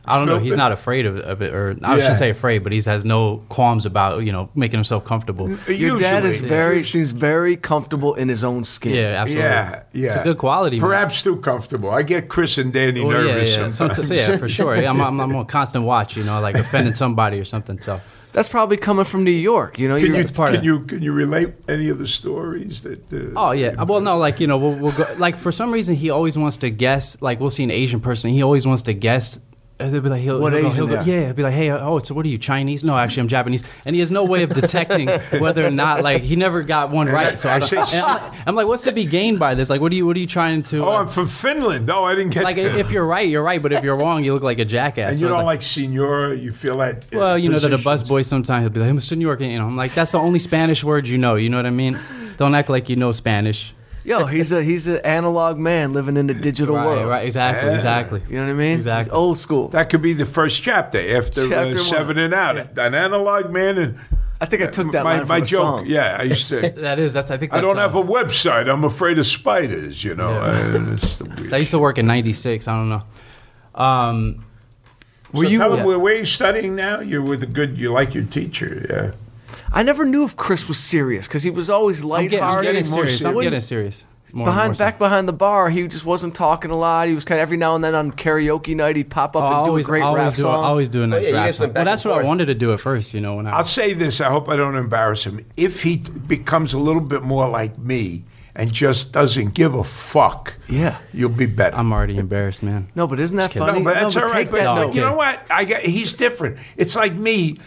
I don't know. He's not afraid of, of it, or I Yeah. should say afraid, but he has no qualms about you know making himself comfortable. Your dad is Usually. very seems very comfortable in his own skin. Yeah, absolutely. Yeah, yeah. It's a good quality. man. Perhaps too comfortable. I get Chris and Danny Well, nervous yeah, yeah. sometimes. Sometimes- yeah, for sure. Yeah, I'm, I'm, I'm on constant watch. You know, like offending somebody or something. So That's probably coming from New York. You know, Can you're- you It's part can of- you can you relate any of the stories that? Uh, Oh yeah. you- Well, no, like you know, we'll, we'll go. Like for some reason, he always wants to guess. Like we'll see an Asian person, he always wants to guess. and They'll be like, he'll, What he'll go- Asian he'll go- they are. yeah, he'll be like, hey, uh, oh, so what are you Chinese? No, actually, I'm Japanese, and he has no way of detecting whether or not like he never got one right. So I I don't- say- and I'm, like, I'm like, what's to be gained by this? Like, what are you what are you trying to? Oh, uh, I'm from Finland. No, I didn't get. like that. if you're right, you're right, but if you're wrong, you look like a jackass. and So you I was don't like, Senora, you feel that. uh, well, you know that a positions. busboy sometimes he'll be like, "I'm from New York," and, you know, I'm like, that's the only Spanish word you know. You know what I mean? Don't act like you know Spanish. yo, he's a he's an analog man living in the digital Right, world. Eh? right, exactly, Yeah. exactly. You know what I mean? Exactly. He's old school. That could be the first chapter after Chapter uh, one. seven and out. An analog man and I think I took that my line my from a joke. song. Yeah, I used to. That is. That's. I think. I That's, don't uh, have a website. I'm afraid of spiders. You know, Yeah. I, it's the weird. I used to work in '96. I don't know. Um, were you- you tell him, yeah. where, where are you studying now? You're with a good. You like your teacher. Yeah. I never knew if Chris was serious because he was always I'm getting, I'm lighthearted. getting and more serious. I'm What do you- getting serious. More and behind more so. back behind the bar, he just wasn't talking a lot. He was kind of every now and then on karaoke night, he'd pop up Oh, I and do always, a great I always rap do, song. I always do a nice Oh, yeah, you rap guys song. went back Well, and that's what I forth. wanted to do at first. You know, when I I'll say this. I hope I don't embarrass him. If he t- becomes a little bit more like me and just doesn't give a fuck, Yeah. you'll be better. I'm already embarrassed, man. no, but isn't that kidding. funny? No, but that's all right. take But that No, note. you okay. know what? I got, he's different. It's like me.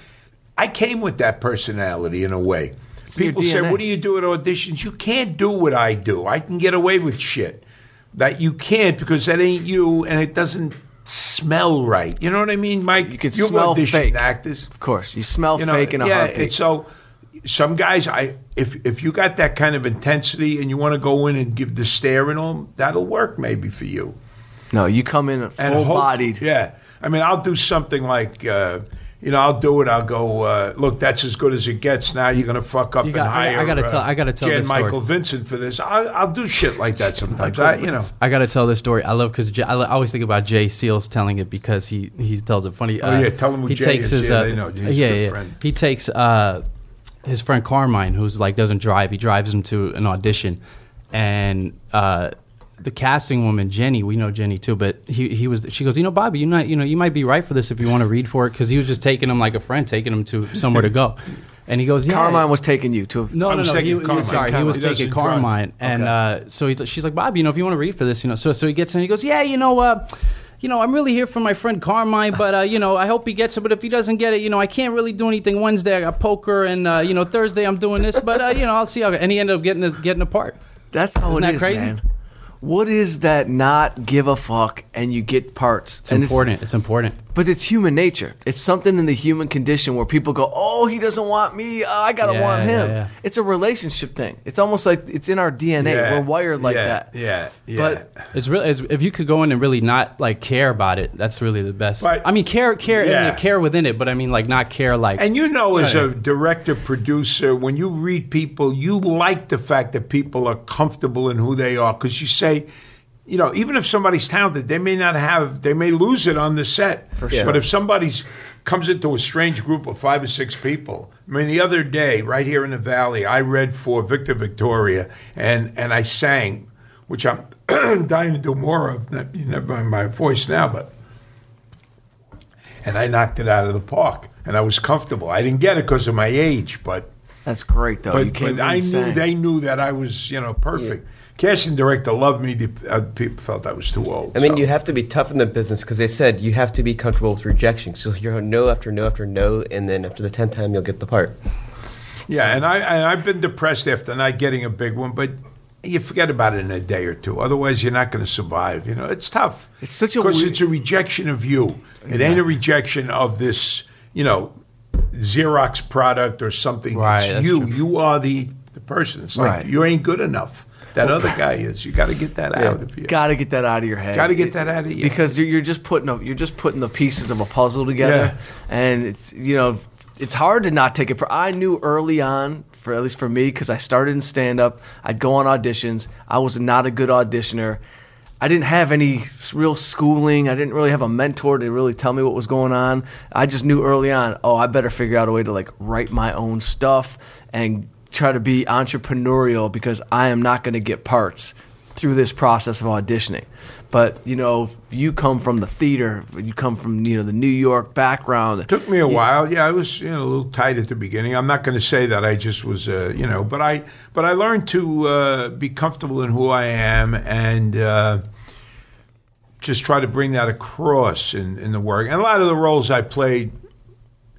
I came with that personality in a way. in your People say, DNA. "What do you do at auditions?" You can't do what I do. I can get away with shit that you can't because that ain't you, and it doesn't smell right. You know what I mean, Mike? You can You've smell auditioned fake. actors. Of course, you smell You know, fake in a yeah, heartbeat. and so some guys, I if if you got that kind of intensity and you want to go in and give the stare and all, that'll work maybe for you no, you come in and full bodied. hope- Yeah, I mean, I'll do something like. Uh, you know, I'll do it. I'll go. Uh, look, that's as good as it gets. Now you're gonna fuck up You got- and I- I hire. gotta uh, tell- I gotta tell Jan this story. Michael Vincent for this. I'll, I'll do shit like that sometimes. I, you know, I gotta tell this story. I love because I lo- I always think about Jay Seals telling it because he he tells it funny. Uh, Oh, yeah, tell 'em who he Jay takes is. his Yeah, uh, they know. He's a yeah, good yeah. friend. He takes uh, his friend Carmine, who's like doesn't drive. He drives him to an audition, and uh, the casting woman Jenny, we know Jenny too, but he he was. She goes, you know, Bobby, you not you know you might be right for this if you want to read for it because he was just taking him like a friend, taking him to somewhere to go, and he goes, yeah. Carmine was taking you to. No, I no, was no. taking He, he, Carmine. was- sorry, he Carmine. was He taking doesn't drive. Carmine, and uh, so he's, she's like, Bob, you know, if you want to read for this, you know, so so he gets in, he goes, yeah, you know, uh, you know, I'm really here for my friend Carmine, but uh, you know, I hope he gets it. But if he doesn't get it, you know, I can't really do anything Wednesday. I got poker, and uh, you know, Thursday I'm doing this, but uh, you know, I'll see how. And he ended up getting a, getting a part. That's how Isn't it that is, crazy? man. What is that? Not give a fuck, and you get parts. It's important. It's, important. but it's human nature. It's something in the human condition where people go, "Oh, he doesn't want me. Oh, I gotta Yeah, want him." yeah, yeah. It's a relationship thing. It's almost like it's in our DNA. Yeah, We're wired like yeah, that. Yeah, yeah. But It's really it's, if you could go in and really not like care about it, that's really the best. But- I mean, care, care, I mean, Yeah. care within it, but I mean, like not care like. And you know, as Yeah. a director, producer, when you read people, you like the fact that people are comfortable in who they are because you say, you know, even if somebody's talented, they may not have, they may lose it on the set. For sure. But if somebody's comes into a strange group of five or six people, I mean, the other day, right here in the valley, I read for Victor Victoria, and and I sang, which I'm dying to do more of. Not, you know, my, my voice now, but and I knocked it out of the park, and I was comfortable. I didn't get it because of my age, but that's great, though. you but, came in but I knew saying- they knew that I was you know perfect. Casting director loved me. The uh, people felt I was too old. I mean, so. you have to be tough in the business because they said you have to be comfortable with rejection. So you're no after no after no, and then after the tenth time, you'll get the part. yeah, and I and I've been depressed after not getting a big one, but. You forget about it in a day or two. Otherwise, you're not going to survive. You know, it's tough. It's such a because weird- it's a rejection of you. It ain't a rejection of this. You know, Xerox product or something. Right, It's that's you. true. You are the the person. It's like Right. you ain't good enough. That other guy is. You got to get that out of you. Got to get that out of your head. Gotta get that out of your because you're, you're just putting a, you're just putting the pieces of a puzzle together, and it's you know it's hard to not take it. per- I knew early on, for at least for me, because I started in stand up. I'd go on auditions. I was not a good auditioner. I didn't have any s- real schooling. I didn't really have a mentor to really tell me what was going on. I just knew early on, oh, I better figure out a way to like write my own stuff and try to be entrepreneurial because I am not going to get parts through this process of auditioning. But you know, you come from the theater, you come from you know the New York background. Took me a while. Yeah, I was you know, a little tight at the beginning. I'm not going to say that I just was, uh, you know, but I but I learned to uh, be comfortable in who I am and uh, just try to bring that across in, in the work. And a lot of the roles I played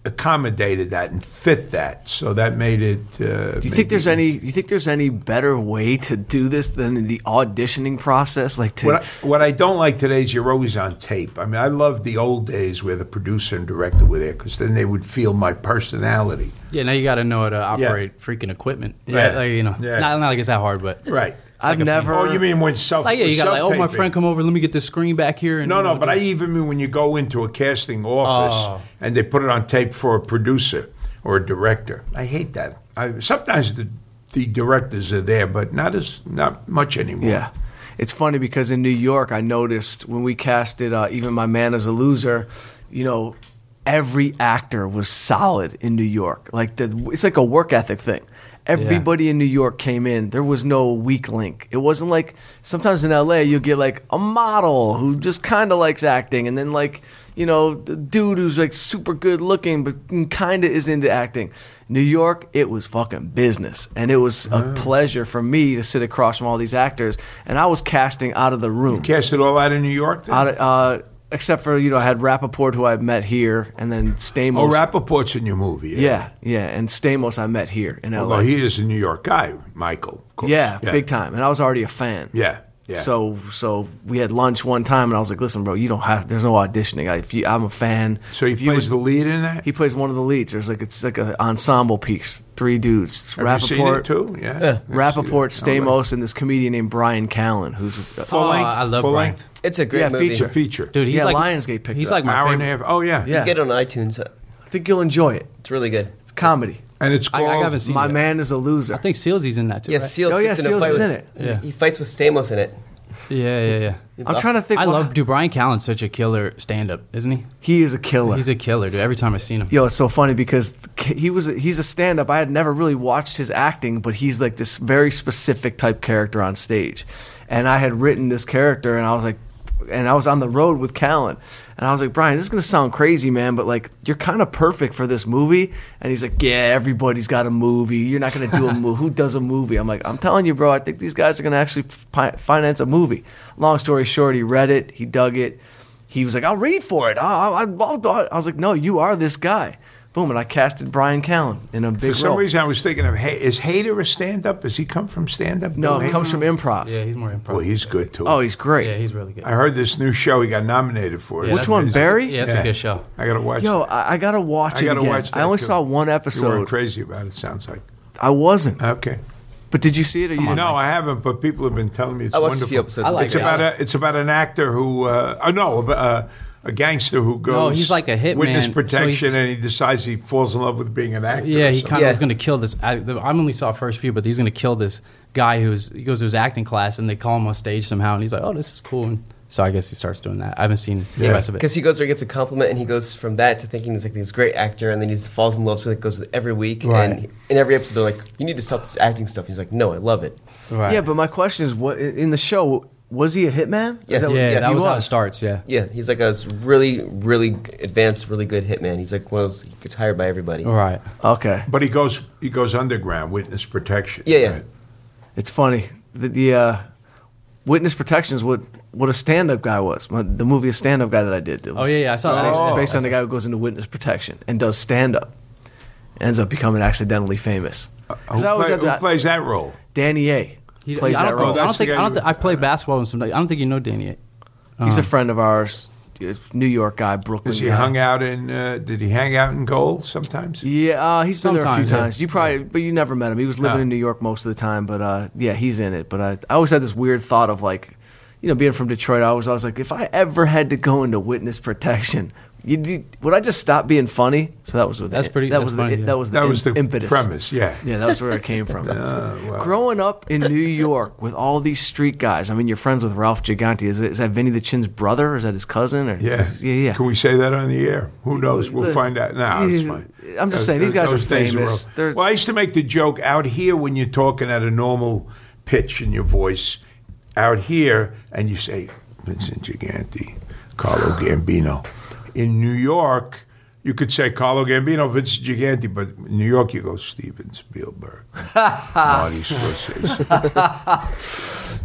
accommodated that and fit that, so that made it. Uh, Do you think there's any? You think there's any better way to do this than the auditioning process? Like to What I, what I don't like today is you're always on tape. I mean, I love the old days where the producer and director were there because then they would feel my personality. yeah, now you got to know how to Yeah. operate freaking equipment. Yeah. Right? Like, you know, Yeah. not, not like it's that hard, but Right. I've like a never. Oh, you mean when self? Like yeah, you got like, oh my self-taping. friend, come over. Let me get this screen back here. And No, you no, know, but do- I even mean when you go into a casting office Oh. and they put it on tape for a producer or a director. I hate that. I, sometimes the the directors are there, but not as not much anymore. Yeah. It's funny because in New York, I noticed when we casted uh, even my man as a loser, you know, every actor was solid in New York. Like the, it's like a work ethic thing. Everybody in New York came in. There was no weak link. It wasn't like sometimes in LA you'll get like a model who just kind of likes acting, and then like you know the dude who's like super good looking but kind of is into acting. New York, it was fucking business, and it was a pleasure for me to sit across from all these actors, and I was casting out of the room. Cast it all out in New York. Then? Out of, uh, except for you know, I had Rappaport who I met here, and then Stamos. oh, Rappaport's in your movie. Yeah, yeah, and Stamos I met here in LA. Although Oh, he is a New York guy, Michael. of course. yeah, big time, and I was already a fan. Yeah, yeah. So, so we had lunch one time, and I was like, "Listen, bro, you don't have. There's no auditioning. I, if you, I'm a fan. So he if you plays was- the lead in that. he plays one of the leads. There's like it's like an ensemble piece. Three dudes. It's Have you seen it Rappaport, too? Yeah. I've seen it. Rappaport, I like Stamos, and this comedian named Brian Callen, who's it. Full Oh, length. I love full Brian. length. It's a great Yeah, movie. It's a feature. feature. Dude, he's Yeah, like Lionsgate picked He's it up. like my hour and a favorite- half. Oh yeah. Yeah. Get it on iTunes. uh, I think you'll enjoy it. It's really good. It's comedy. And it's I- I called. haven't seen- My Yeah. man is a loser. I think Sealsy's in that too. Yeah, right? Seals Oh, yeah, gets in a Seals fight is with, in it. Yeah. He fights with Stamos in it. yeah, yeah, yeah. It's I'm awesome. trying to think. I why- love dude. Brian Callen's such a killer stand-up, isn't he? He is a killer. He's a killer, dude. Every time I've seen him, Yo, it's so funny because he was he's a stand up. I had never really watched his acting, but he's like this very specific type character on stage. And I had written this character and I was like and I was on the road with Callan. And I was like, Brian, this is gonna sound crazy, man, but like you're kind of perfect for this movie. And he's like, Yeah, everybody's got a movie. You're not gonna do a movie. Who does a movie? I'm like, I'm telling you, bro. I think these guys are gonna actually fi- finance a movie. Long story short, he read it. He dug it he was like, I'll read for it. I'll, I'll, I'll, I'll-" I was like, no, you are this guy. Boom, and I casted Brian Callen in a big For some role. reason, I was thinking of Hay- is Hader a stand up? Does he come from stand up? no, it comes from improv. yeah, he's more improv. Well, he's good too. Oh, he's great. yeah, he's really good. I heard this new show he got nominated for. Yeah, Which that's- one, Barry? Yeah, that's Yeah. a good show. I gotta watch. Yo, it. I, I gotta watch I it gotta again. watch. That I only too. saw one You weren't episode. crazy about it. Sounds like. I wasn't. Okay. But did you see it? Or you didn't? No, I haven't. But people have been telling me it's I watched a wonderful. few episodes. I like it's it. about a, it's about an actor who uh, oh no ab- uh, a gangster who goes No, he's like a hitman, witness so protection he's- and he decides he falls in love with being an actor. Yeah, or he something. kind of Yeah. was going to kill this. I, the, I only saw first few, but he's going to kill this guy who's he goes to his acting class and they call him on stage somehow, and he's like, "Oh, this is cool." And so I guess he starts doing that. I haven't seen Yeah. the rest of it. Because he goes there, gets a compliment, and he goes from that to thinking he's like this great actor, and then he just falls in love with it, goes with it every week, Right. and in every episode they're like, "You need to stop this acting stuff." He's like, "No, I love it." Right. Yeah, but my question is, what in the show was he a hitman? Is Yes. that what- yeah, yeah, that he was, how it was. starts. Yeah, Yeah, he's like a s- really, really advanced, really good hitman. He's like one of those he gets hired by everybody. All right. Okay, But he goes he goes underground, witness protection. Yeah, yeah. right? it's funny. The, the uh, witness protections what what a stand up guy was. My, the movie a stand up guy that I did. that Oh was- yeah, yeah. I saw that. Based- Oh. based on the guy who goes into witness protection and does stand up, ends up becoming accidentally famous. Uh, Who, 'Cause I always play- had who that- plays that role? Danny A. He- plays I that don't, think- role. I don't That's the think I guy don't. who- Think, I play basketball with somebody. I don't think you know Danny. Yet. He's a Uh-huh. friend of ours, he's New York guy, Brooklyn. Does he guy. hung out in? Uh, did he hang out in goal sometimes? Yeah, uh, he's been there a few Sometimes, yeah. times. You probably, but you never met him. He was living No. in New York most of the time, but uh, yeah, he's in it. But I, I always had this weird thought of like, you know, being from Detroit, I was always like, if I ever had to go into witness protection, you, you, would I just stop being funny? So that was what the- That's pretty- That that's was funny, the yeah. that was the, That was the im- impetus premise. Yeah. Yeah, that was where it came from. Oh, wow. Growing up in New York with all these street guys, I mean, you're friends with Ralph Gigante. Is, it, is that Vinny the Chin's brother? Or is that his cousin? Or Yeah. yeah, yeah. Can we say that on the air? Who knows? We'll The- find out. No, it's fine. I'm just saying, these guys are things famous. rough. They're- well, I used to make the joke out here when you're talking at a normal pitch in your voice, out here, and you say Vincent Gigante, Carlo Gambino. In New York, you could say Carlo Gambino, Vincent Gigante, but in New York, you go Steven Spielberg, Marty Scorsese.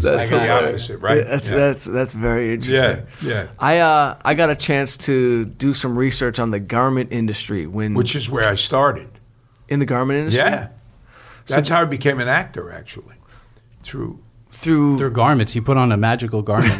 That's the opposite, right? That's yeah. that's that's very interesting. Yeah, yeah. I uh I got a chance to do some research on the garment industry when Which is where I started. in the garment industry. Yeah. That's how I became an actor, actually. Through. Through, They're garments. He put on a magical garment.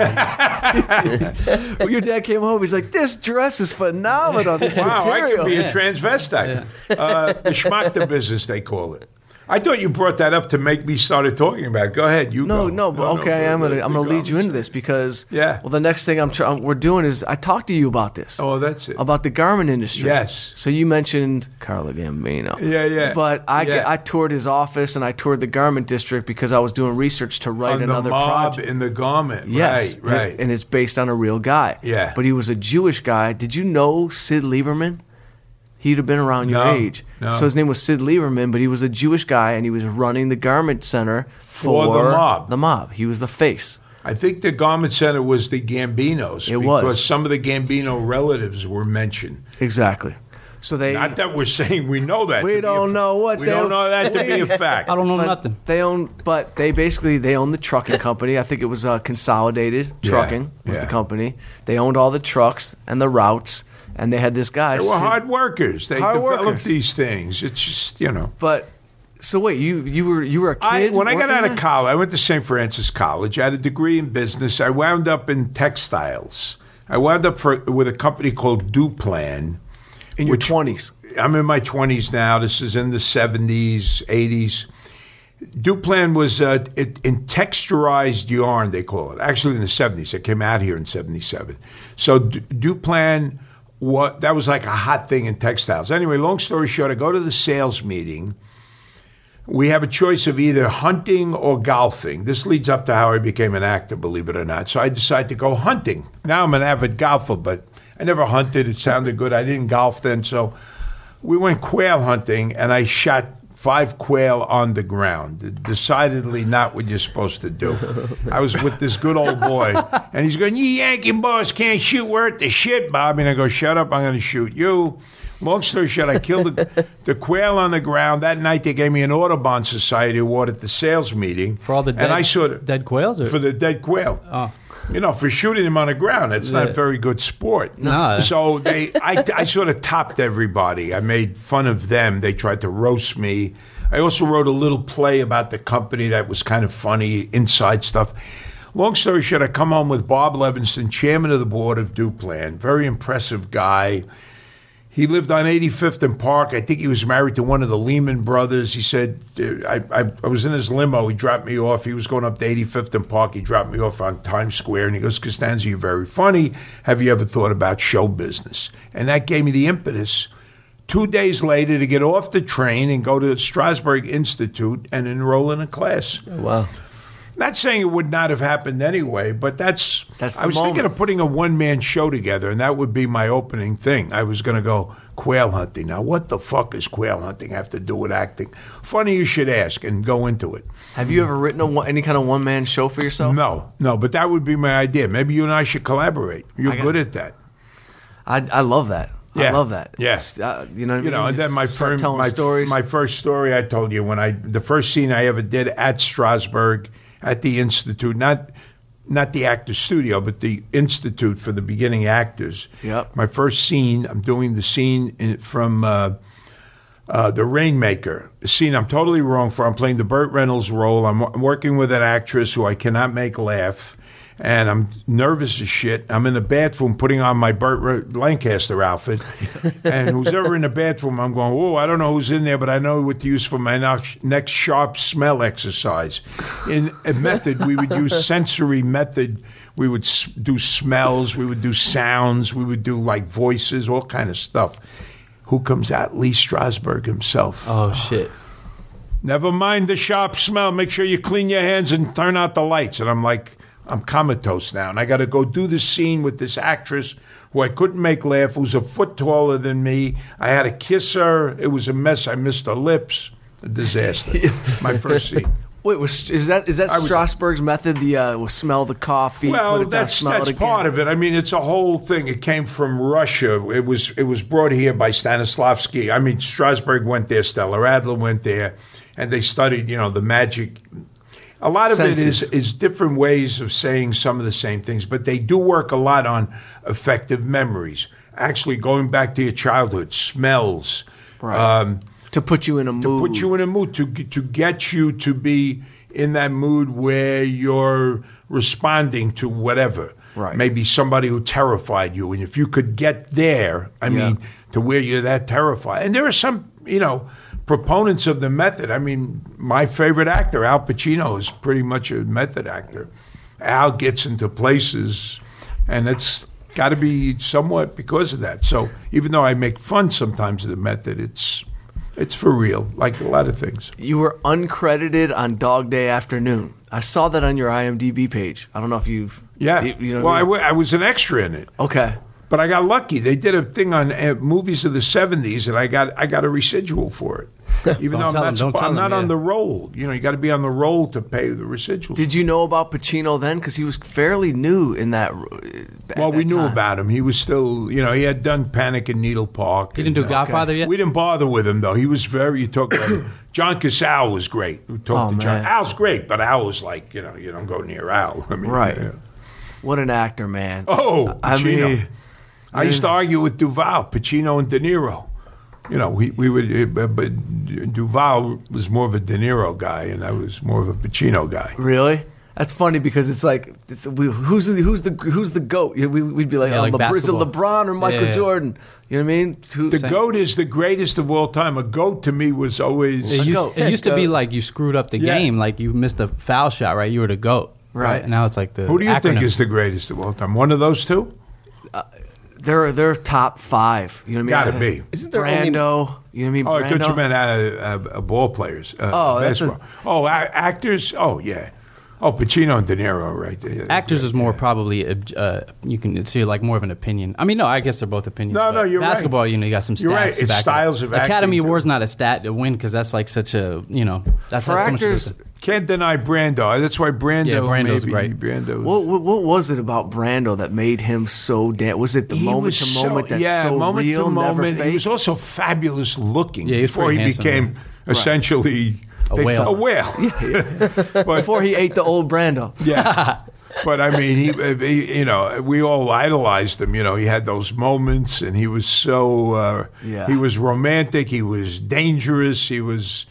Well, your dad came home, he's like, "This dress is phenomenal. This Wow, I material." could be Yeah. a transvestite. Uh, the schmachta business, they call it. I thought you brought that up to make me started talking about it. Go ahead. You No, go. no, but okay, go, I'm gonna go, I'm go, gonna lead you go. into this because Yeah. Well, the next thing I'm, tr- I'm we're doing is I talked to you about this. Oh, that's it. about the garment industry. Yes. So you mentioned Carlo Gambino. Yeah, yeah, But I yeah. I toured his office and I toured the garment district because I was doing research to write On the another mob project. in the garment. Yes, Right, right. And, and it's based on a real guy. Yeah. But he was a Jewish guy. Did you know Sid Lieberman? He'd have been around your No, age. no. So his name was Sid Lieberman, but he was a Jewish guy and he was running the garment center For for, the mob. The mob. He was the face. I think the garment center was the Gambinos It because was. some of the Gambino relatives were mentioned. Exactly. So they Not that we're saying we know that. We to be a don't fa- know what we they- don't know that to be a fact. I don't know but nothing. They own, but they basically they own the trucking company. I think it was uh, Consolidated Yeah, Trucking was yeah. the company. They owned all the trucks and the routes, and they had this guy. They were sit- hard workers. They Hard developed workers. these things. It's just you know. But so wait, you you were you were a kid I, when I got working out of there? college, I went to St. Francis College. I had a degree in business. I wound up in textiles. I wound up for, with a company called Duplan. in your which- twenties. I'm in my 20s now. This is in the 70s, 80s. Duplan was uh, it, in texturized yarn, they call it. Actually, in the 70s. It came out here in 77. So D- Duplan, what, that was like a hot thing in textiles. Anyway, long story short, I go to the sales meeting. We have a choice of either hunting or golfing. This leads up to how I became an actor, believe it or not. So I decided to go hunting. Now I'm an avid golfer, but I never hunted. It sounded good. I didn't golf then. So we went quail hunting, and I shot five quail on the ground. Decidedly not what you're supposed to do. I was with this good old boy, and he's going, You Yankee boss can't shoot. We're at the shit, Bob. And I go, Shut up. I'm going to shoot you. Long story short, I killed the, the quail on the ground. That night, they gave me an Audubon Society award at the sales meeting. For all the dead, and I sort of, dead quails? Or? for the dead quail. Oh. You know, for shooting them on the ground, it's not Yeah. very good sport. No. So they, I, I sort of topped everybody. I made fun of them. They tried to roast me. I also wrote a little play about the company that was kind of funny, inside stuff. Long story short, I come home with Bob Levinson, chairman of the board of Duplan, very impressive guy. He lived on 85th and Park. I think he was married to one of the Lehman brothers. He said, uh, I, I, I was in his limo. He dropped me off. He was going up to 85th and Park. He dropped me off on Times Square. And he goes, Costanza, you're very funny. Have you ever thought about show business? And that gave me the impetus two days later to get off the train and go to Strasbourg Institute and enroll in a class. Wow. Not saying it would not have happened anyway, but that's. That's the I was thinking moment. of putting a one man show together, and that would be my opening thing. I was going to go quail hunting. Now, what the fuck is quail hunting have to do with acting? Funny you should ask and go into it. Have you ever written a, one- any kind of one man show for yourself? No, no, but that would be my idea. Maybe you and I should collaborate. You're good at that. I I love that. Yeah. I love that. Yeah. It's, Uh, you know, what I You mean? know, just and then my start first, telling my, stories. my first story I told you when I the first scene I ever did at Strasbourg at the Institute, not not the actor studio, but the Institute for the beginning actors. Yep. My first scene, I'm doing the scene in, from uh, uh, The Rainmaker. A scene I'm totally wrong for. I'm playing the Burt Reynolds role. I'm wo- working with an actress who I cannot make laugh. And I'm nervous as shit. I'm in the bathroom putting on my Burt Re- Lancaster outfit. and who's ever in the bathroom, I'm going, whoa, I don't know who's in there, but I know what to use for my nox- next sharp smell exercise. In a method, we would use sensory method. We would s- do smells. We would do sounds. We would do like voices, all kind of stuff. Who comes out? Lee Strasberg himself. oh shit! Never mind the sharp smell. Make sure you clean your hands and turn out the lights. And I'm like, I'm comatose now. And I got to go do this scene with this actress who I couldn't make laugh, who's a foot taller than me. I had to kiss her. It was a mess. I missed her lips. A disaster. My first scene. Wait, was, is that is that would- Strasberg's method? The uh, was smell the coffee. put it Well, down, that's smell that's it again? part of it. I mean, it's a whole thing. It came from Russia. It was it was brought here by Stanislavski. I mean, Strasbourg went there, Stella Adler went there, and they studied, you know, the magic. A lot of it is Senses. is different ways of saying some of the same things, but they do work a lot on effective memories. Actually, going back to your childhood, smells. Right. Um, to put you in a mood. put you in a mood to to get you to be in that mood where you're responding to whatever. Right. Maybe somebody who terrified you, and if you could get there, I Yeah. mean, to where you're that terrified. And there are some, you know, proponents of the method. I mean, my favorite actor, Al Pacino, is pretty much a method actor. Al gets into places, and it's got to be somewhat because of that. So even though I make fun sometimes of the method, it's it's for real, like a lot of things. You were uncredited on Dog Day Afternoon. I saw that on your IMDb page. I don't know if you've. Yeah. You, you know, well, I, w- I was an extra in it. okay. But I got lucky. They did a thing on uh, movies of the '70s, and I got I got a residual for it. Even though I'm not, tell them, don't sp- tell I'm them, not on yeah. the roll. You know, you got to be on the roll to pay the residual. Did you know about Pacino then? Because he was fairly new in that. uh, at well, we that knew time. about him. He was still, you know, he had done Panic in Needle Park. He didn't do and, uh, Godfather yet. We didn't bother with him though. He was very. You talk about John Cassell was great. We Oh, talked to John. man. Al's great, but Al was like, you know, you don't go near Al. I mean, Right. yeah. What an actor, man. Oh, I Pacino. mean, I used to argue with Duval, Pacino and De Niro. You know, we, we would, eh, but- but Duval was more of a De Niro guy, and I was more of a Pacino guy. Really? That's funny because it's like it's, we, who's the who's the who's the goat? You know, We, we'd be like, Yeah, oh, like LeBron, is it basketball. LeBron or Michael Yeah, yeah. Jordan? You know what I mean? Who- The goat is the greatest of all time. A goat to me was always It used, goat. it used to be Goat. like you screwed up the Yeah. game, like you missed a foul shot, right? You were the goat, Right. Now it's like the Who do you think acronym. is the greatest of all time? One of those two? They're they're top five. You know what I Gotta mean? be. Isn't there only- Brando? you know what I mean? Oh, I Brando? thought you meant uh, uh, uh, ball players. Uh, Oh, that's a- basketball. oh, a- actors. Oh, yeah. Oh, Pacino and De Niro, right there. Actors is more probably ob- uh, you can see like more of an opinion. I mean, no, I guess they're both opinions. No, no, but you're right. basketball. You know, you got some stats. You're right. to It's back it up. styles of acting, Academy too. Award's not a stat to win because that's like such a you know that's For has so much to do with actors, it. Can't deny Brando. That's why Brando. Yeah, Brando's maybe. great. Brando. What, what what was it about Brando that made him so damn? Was it the He moment was to moment so, that's yeah, so moment real, to moment. never He fake? was also fabulous looking Yeah, he was before he pretty handsome, became yeah. essentially A Big whale. A whale. but, Before he ate the old Brando. yeah. But I mean, he, uh, he, you know, we all idolized him. You know, he had those moments, and he was so, uh, Yeah. he was romantic. He was dangerous. He was,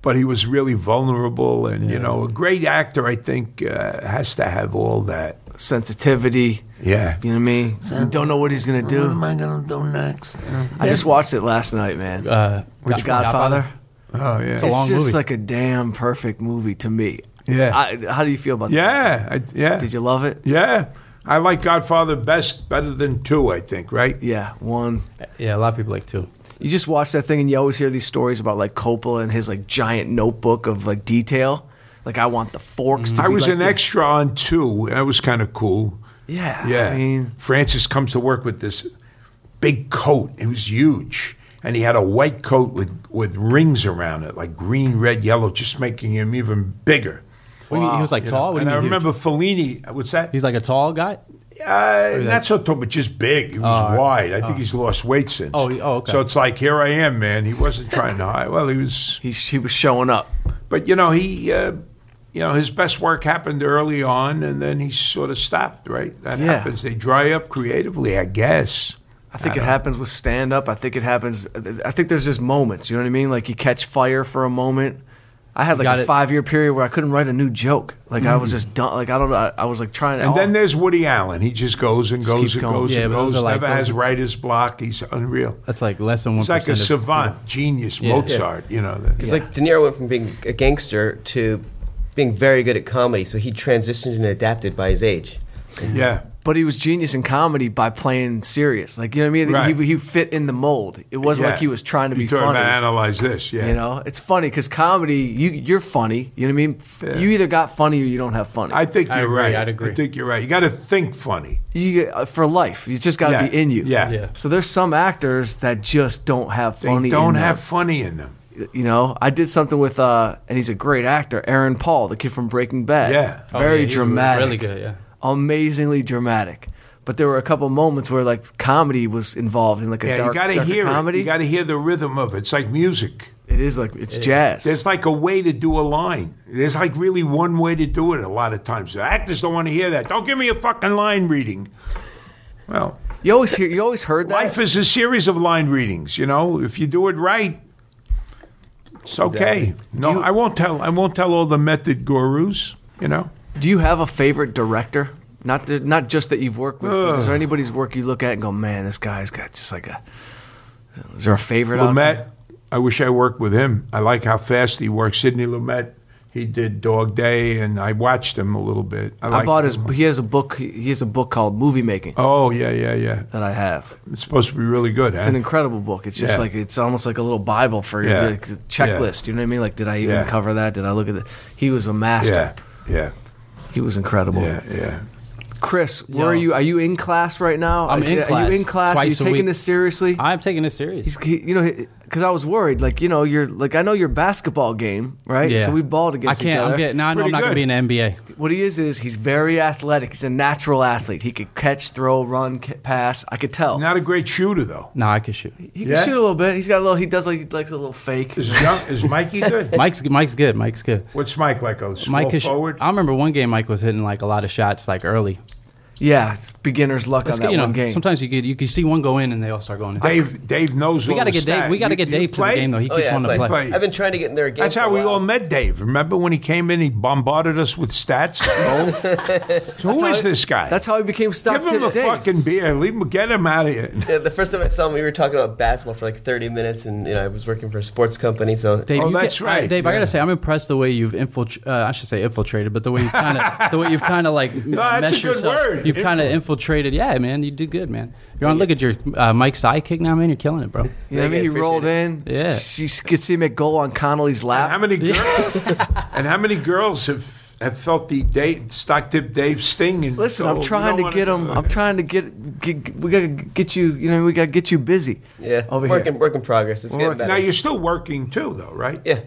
but he was really vulnerable. And you know, a great actor, I think, uh, has to have all that. Sensitivity. Yeah. You know what I mean? You don't know what he's gonna do. I gonna do next? I just watched it last night, man. Uh, The Godfather. Oh yeah. a It's long just movie. like a damn perfect movie to me. Yeah. I, how do you feel about Yeah, I, yeah. that? Did you love it? Yeah, I like Godfather best, better than two. I think, right? Yeah, one. Yeah, a lot of people like two. You just watch that thing and you always hear these stories about like Coppola and his like giant notebook of like detail. Like I want the forks to I be was like an this. extra on two, and that was kind of cool. Yeah. Yeah, I mean Francis comes to work with this big coat. It was huge, and he had a white coat with with rings around it, like green, red, yellow, just making him even bigger. What do you- he was like tall. What do and you I mean huge? remember Fellini. What's that? he's like a tall guy. Uh, not so tall, but just big. He was wide. I think he's lost weight since. Uh, Oh, he- oh, okay. So it's like here I am, man. He wasn't trying to hide. Well, he was. he he was showing up. But you know, he, uh, you know, his best work happened early on, and then he sort of stopped. Right? That Yeah. happens. They dry up creatively, I guess. I think it happens with stand up. I think it happens. I think there's just moments. You know what I mean? Like you catch fire for a moment. I had got like a it. five year period where I couldn't write a new joke. Like I was just done. Like I don't know. I, I was like trying to. Mm. And then there's Woody Allen. He just goes and Oh. Just goes keep and going. goes Yeah, and but those goes. are like- Never those has are- writer's block. He's unreal. That's like less than one. He's like a savant, genius, Yeah. Mozart. You know. that- It's like De Niro went from being a gangster to being very good at comedy, so he transitioned and adapted by his age. yeah. but he was genius in comedy by playing serious. Like you know what I mean? Right. He, he fit in the mold. It wasn't yeah. like he was trying to You be talk funny. About analyze this. Yeah. You know, it's funny because comedy. You you're funny. You know what I mean? F- Yeah. You either got funny or you don't have funny. I think you're I agree, right. I'd agree. I think you're right. You got to think funny. you uh, for life. You just got to Yeah. be in you. Yeah. Yeah. So there's some actors that just don't have They funny. in don't them. have funny in them. you know i did something with uh and he's a great actor aaron paul the kid from breaking bad Yeah. Oh, very yeah, he was dramatic really good, yeah. amazingly dramatic but there were a couple moments where like comedy was involved in like a Yeah, dark, you got to darker hear comedy it. You got to hear the rhythm of it. It's like music. it is like it's jazz There's like a way to do a line. There's like really one way to do it a lot of times. The actors don't want to hear that. Don't give me a fucking line reading. Well, you always hear you always heard that life is a series of line readings, you know. If you do it right, it's okay. No, I won't tell I won't tell all the method gurus, you know. do you have a favorite director not to, not just that you've worked with but is there anybody's work you look at and go man this guy's got just like a is there a favorite out Lumet, I wish I worked with him. I like how fast he works. Sidney Lumet, he did Dog Day, and I watched him a little bit. I, I like bought his. him. He has a book. He has a book called Movie Making Oh yeah, yeah, yeah. that I have. It's supposed to be really good. It's Huh? an incredible book. It's just Yeah. like it's almost like a little Bible for your Yeah. the- the checklist. You know what I mean? Like, did I even Yeah. cover that? Did I look at it? He was a master. yeah, yeah, He was incredible. yeah, yeah. Chris, where Yo. are you? Are you in class right now? I'm Is- in are class you in class? are you twice a taking week. this seriously? I'm taking this serious. He's, he, you know, because I was worried. Like, you know, you're like I know your basketball game, right? yeah. So we balled against I can't, each other. I'm getting, now I know Pretty I'm not going to be good. in the NBA. What he is is he's very athletic. He's a natural athlete. He could catch, throw, run, ca- pass. I could tell. Not a great shooter though. No, I could shoot. he can Yeah. shoot a little bit. He's got a little. He does like he likes a little fake. Is, young, is Mikey good? Mike's Mike's good. Mike's good. What's Mike like? A small Mike is- forward? I remember one game Mike was hitting like a lot of shots like early. Yeah, it's beginner's luck That's on good, that you know, one game. sometimes you could you could see one go in and they all start going. In. Dave, Dave knows. we got to get Dave. We got to get Dave to the game though. He Oh, keeps yeah, I wanting to play. play. Play. I've been trying to get in their game. That's for a how we while. all met Dave. Remember when he came in, he bombarded us with stats? No. So who That's is how- this guy? That's how he became stopped Give him a today. fucking beer. Leave him. Get him out of here. Yeah, the first time I saw him, we were talking about basketball for like 30 minutes, and you know I was working for a sports company, so Dave, Oh, you that's get- right, I, Dave, I yeah. gotta say, I'm impressed the way you've infiltrated. Uh, I should say infiltrated, but the way you've kind of the way you've kind of like no, that's a good yourself. word, You've kind of infiltrated. Yeah, man, you did good, man. You're on. Look at your uh, Mike's sidekick now, man. You're killing it, bro. You know what I Yeah, mean? He appreciate rolled it. in. Yeah. She she could see him at goal on Connolly's lap. And how many girls? and how many girls have have felt the Dave, stock tip Dave sting? And Listen, so I'm we trying don't to wanna get do him. that. I'm trying to get, get. We gotta get you. You know, we gotta get you busy. yeah, over work here. in work in progress. It's Work- getting Now better. you're still working too, though, right? yeah,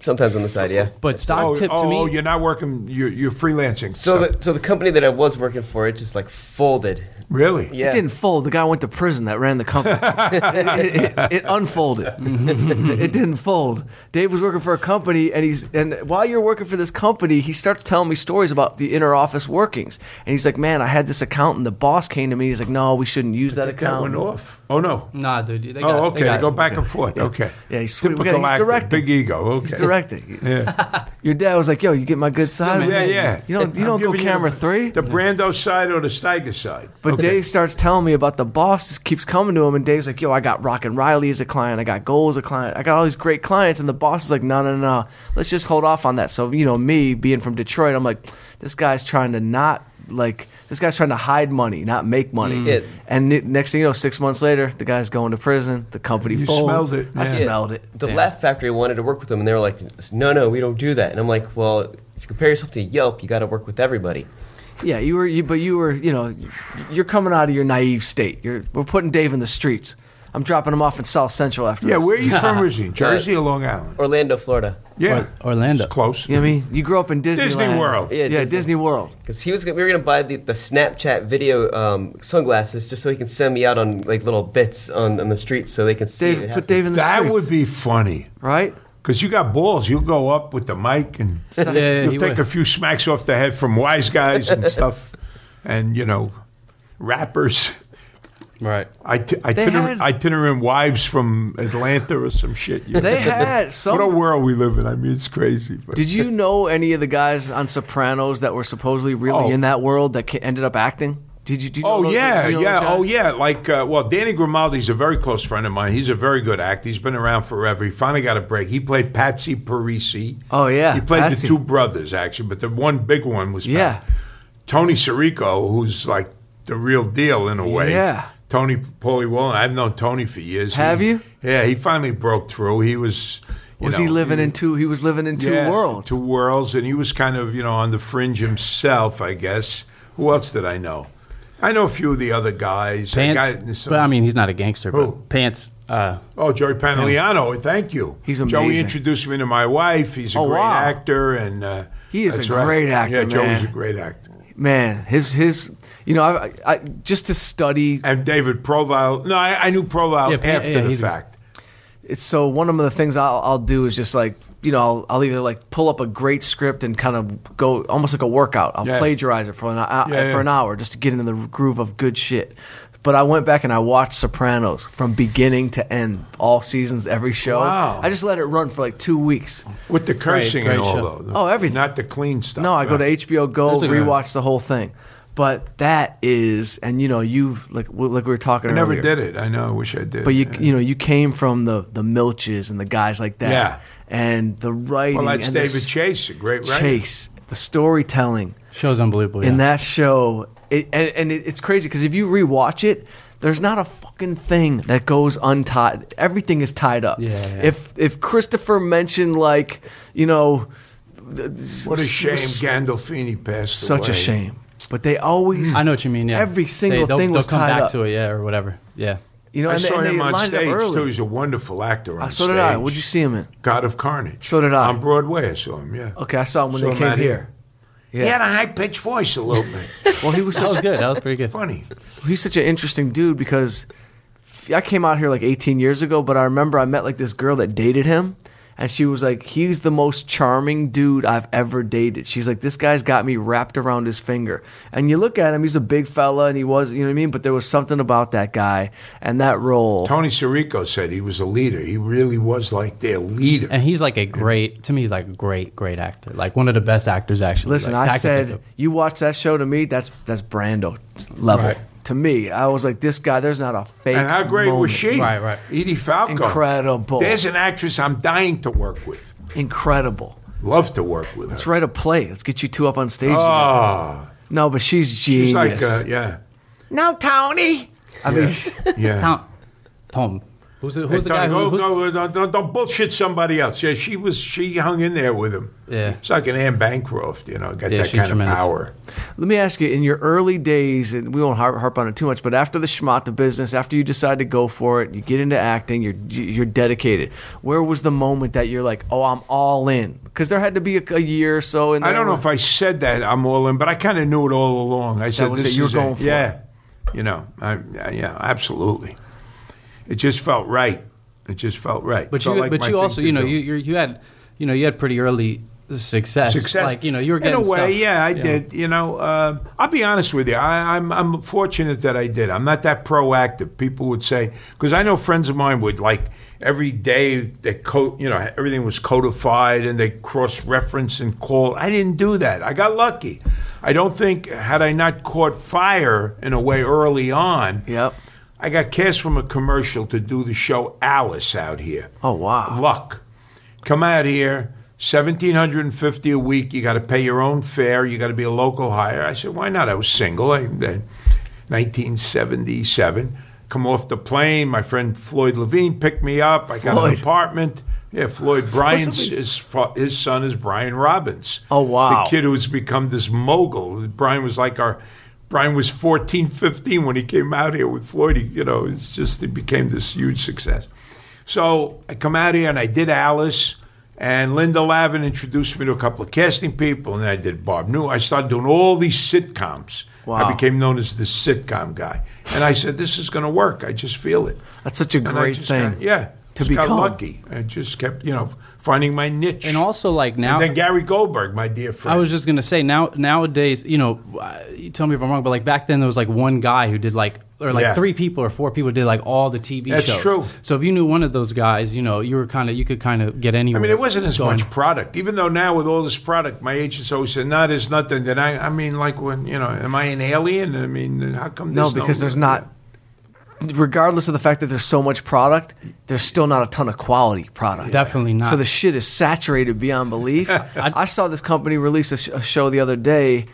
sometimes on the side, yeah. But stock oh, tip oh, to me. you're not working. You're, you're freelancing. So, the, so the company that I was working for, it just like folded. really, Yeah, It didn't fold. The guy went to prison that ran the company. it, it- it- it unfolded. it didn't fold. Dave was working for a company, and he's and while you're working for this company, he starts telling me stories about the inner office workings. And he's like, "Man, I had this accountant. The boss came to me. He's like, no, we shouldn't use that that went accountant.' off. Oh no. Nah, dude. Mm, They got, Oh, okay. They got, go back and forth. Okay. Yeah, he's sweet. We typical got- he's actor. directing. Big ego. Okay. He's directing. Yeah, Your dad was like, "Yo, you get my good side." yeah, yeah. You don't. You I'm don't go giving you camera the- three. The Brando side or the Steiger side? But Okay. Dave starts telling me about the boss just keeps coming to him, and Dave's like, "Yo, I got Rock and Riley as a client, I got Gold as a client, I got all these great clients." And the boss is like, "No, no, no, let's just hold off on that." So you know, me being from Detroit, I'm like, "This guy's trying to not like this guy's trying to hide money, not make money." Mm. It- and ne- next thing you know, six months later, the guy's going to prison. The company You folds. smelled it, I yeah. smelled it. The Yeah. Laugh Factory wanted to work with them, and they were like, "No, no, we don't do that." And I'm like, "Well, if you compare yourself to Yelp, you got to work with everybody." Yeah, you were, you, but you were, you know, you're coming out of your naive state. You're, we're putting Dave in the streets. I'm dropping him off in South Central after Yeah, this. where are you from originally? Jersey or Long Island? Orlando, Florida, Yeah, Or- Orlando. It's close. You know what I mean? You grew up in Disneyland. Disney World. Yeah, Yeah, Disney, Disney World. because he was gonna, we were gonna buy the, the Snapchat video um, sunglasses just so he can send me out on like little bits on, on the streets so they can see. Dave, it put happen. Dave in the That streets, would be funny right. because you got balls. You'll go up with the mic and Yeah, yeah, you'll he take would. a few smacks off the head from wise guys and stuff, and you know, rappers. Right. Iti- had- itinerant, itinerant wives from Atlanta or some shit. you know. They had what a some. world we live in. I mean, it's crazy. But. Did you know any of the guys on Sopranos that were supposedly really Oh. in that world that ca- ended up acting? Did you? Do you know Oh those- yeah, do you know yeah, those oh guys? yeah. Like, uh, well, Danny Grimaldi's a very close friend of mine. He's a very good actor. He's been around forever. He finally got a break. He played Patsy Parisi. Oh, yeah, he played Patsy. the two brothers actually, but the one big one was Yeah. Pat- Tony Sirico, who's like the real deal in a way. Yeah. Tony Paulie Wallen. I've known Tony for years. Have He- you? Yeah, he finally broke through. He was. you Was he know, living in two? He was living in two yeah, worlds. Two worlds, and he was kind of you know on the fringe himself, I guess. Who else did I know? I know a few of the other guys. I Pants. got- but I mean, he's not a gangster. Who? But pants. Uh, uh, oh, Joey Panagliano. Thank you. He's Joey amazing. introduced me to my wife. He's a Oh, great wow. actor, and uh, He is a that's right. great actor, Yeah, Joey's man. a great actor. Man, his his. You know, I, I- I just to study And David Provile. No, I, I knew Provile Yeah, Pan- after yeah, the he's a- fact. it's so one of the things I'll, I'll do is just like you know I'll, I'll either like pull up a great script and kind of go almost like a workout. I'll Yeah. plagiarize it for an uh, Yeah, for yeah. an hour just to get into the groove of good shit. But I went back and I watched Sopranos from beginning to end, all seasons, every show. Wow. I just let it run for like two weeks. With the cursing great and all, show. though. Oh, everything. Not the clean stuff. No, I go to HBO Go, That's a good- rewatch the whole thing. But that is, and you know, you like w- like we were talking. I never earlier, did it. I know. I wish I did. But you yeah. you know, you came from the the Milches and the guys like that. Yeah. And the writing. well, that's and the David s- Chase, a great writer. Chase, the storytelling Show's unbelievable. in yeah. that show, it, and, and it, it's crazy because if you rewatch it, there's not a fucking thing that goes untied. Everything is tied up. Yeah, yeah. If if Christopher mentioned like you know, What a s- shame s- Gandolfini passed away. Mm. such a shame. But they always, I know what you mean. Yeah, Every single they'll- thing they'll was come tied back up. to it. Yeah, or whatever. Yeah, you know, I and, they- saw and him they on lined it stage up too. early. He's a wonderful actor. On Uh, so did I. stage. What'd you see him in? God of Carnage. So did I. On Broadway, I saw him. Yeah. Okay, I saw him when Saw they him came out here. He had a high pitched voice a little bit. Well, he was that was such, good. That was pretty good. Funny. he's such an interesting dude because f- I came out here like 18 years ago, but I remember I met like this girl that dated him, and she was like, "He's the most charming dude I've ever dated." She's like, "This guy's got me wrapped around his finger." And you look at him; he's a big fella, and he was, you know what I mean. But there was something about that guy and that role. Tony Sirico said he was a leader. He really was like their leader. And he's like a great. To me, he's like a great, great actor. Like one of the best actors, actually. Listen, Like, I tactical- said you watch that show to me. That's that's Brando level Right. to me. I was like, this guy. There's not a fake. And how great moment. was she? Right, right. Edie Falco. Incredible. There's an actress I'm dying to work with. Incredible. Love to work with. Let's her. write a play. Let's get you two up on stage. together. Ah, No, but she's genius. she's like, uh, yeah, no, Tony. I mean, yeah. Tom. Tom. Who's the, who's the Don't- guy? go- Who, who's, go- don't, don't- don't bullshit somebody else. Yeah, she was. She hung in there with him. Yeah. it's like an Anne Bancroft. You know, got Yeah, that she's kind tremendous. of power. let me ask you: in your early days, and we won't har- harp on it too much, but after the schmata business, after you decide to go for it, you get into acting, you're you're dedicated. Where was the moment that you're like, "Oh, I'm all in"? Because there had to be a, a year or so. And I don't know if I said that I'm all in, but I kind of knew it all along. I said was this it. You were is going for it. Yeah, you know, I, I- yeah, absolutely. It just felt right. It just felt right. but you, Felt like but my you thing also, to you know, do. you, you you had, you know, you had pretty early success. success. Like you know, you were getting in a way. stuff, yeah, I you know. did. You know, uh, I'll be honest with you. I, I'm I'm fortunate that I did. I'm not that proactive. People would say because I know friends of mine would like every day that co- you know everything was codified and they cross reference and call. I didn't do that. I got lucky. I don't think had I not caught fire in a way early on. Yep. I got cast from a commercial to do the show Alice out here. Oh, wow. Luck. Come out here, seventeen hundred and fifty a week. You got to pay your own fare. You got to be a local hire. I said, why not? I was single. I, I, Nineteen seventy-seven. Come off the plane. My friend Floyd Levine picked me up. I got Floyd. an apartment. Yeah, Floyd Bryan's his, fa- his son is Brian Robbins. Oh, wow. The kid who's become this mogul. Brian was like our. Brian was 14, 15 when he came out here with Floyd. He, you know, it's just, it became this huge success. So I come out here and I did Alice, and Linda Lavin introduced me to a couple of casting people, and then I did Bob New. I started doing all these sitcoms. Wow. I became known as the sitcom guy. And I said, this is going to work. I just feel it. That's such a And I great just thing. got- yeah. to just become. got lucky. I just kept, you know, finding my niche. And also, like now, And then Gary Goldberg, my dear friend. I was just gonna say now nowadays, you know, uh, you tell me if I'm wrong, but like back then there was like one guy who did like or like Yeah. three people or four people did like all the TV That's shows. true. So if you knew one of those guys, you know, you were kind of you could kind of get I anywhere. mean, it wasn't as going. much product. Even though now with all this product, my agents always said, "No, there's nothing." Then I, I mean, like when you know, am I an alien? I mean, how come? No, There's because there's not. Regardless of the fact that there's so much product, there's still not a ton of quality product. Definitely not. So the shit is saturated beyond belief. I, saw this company release a, sh- a show the other day.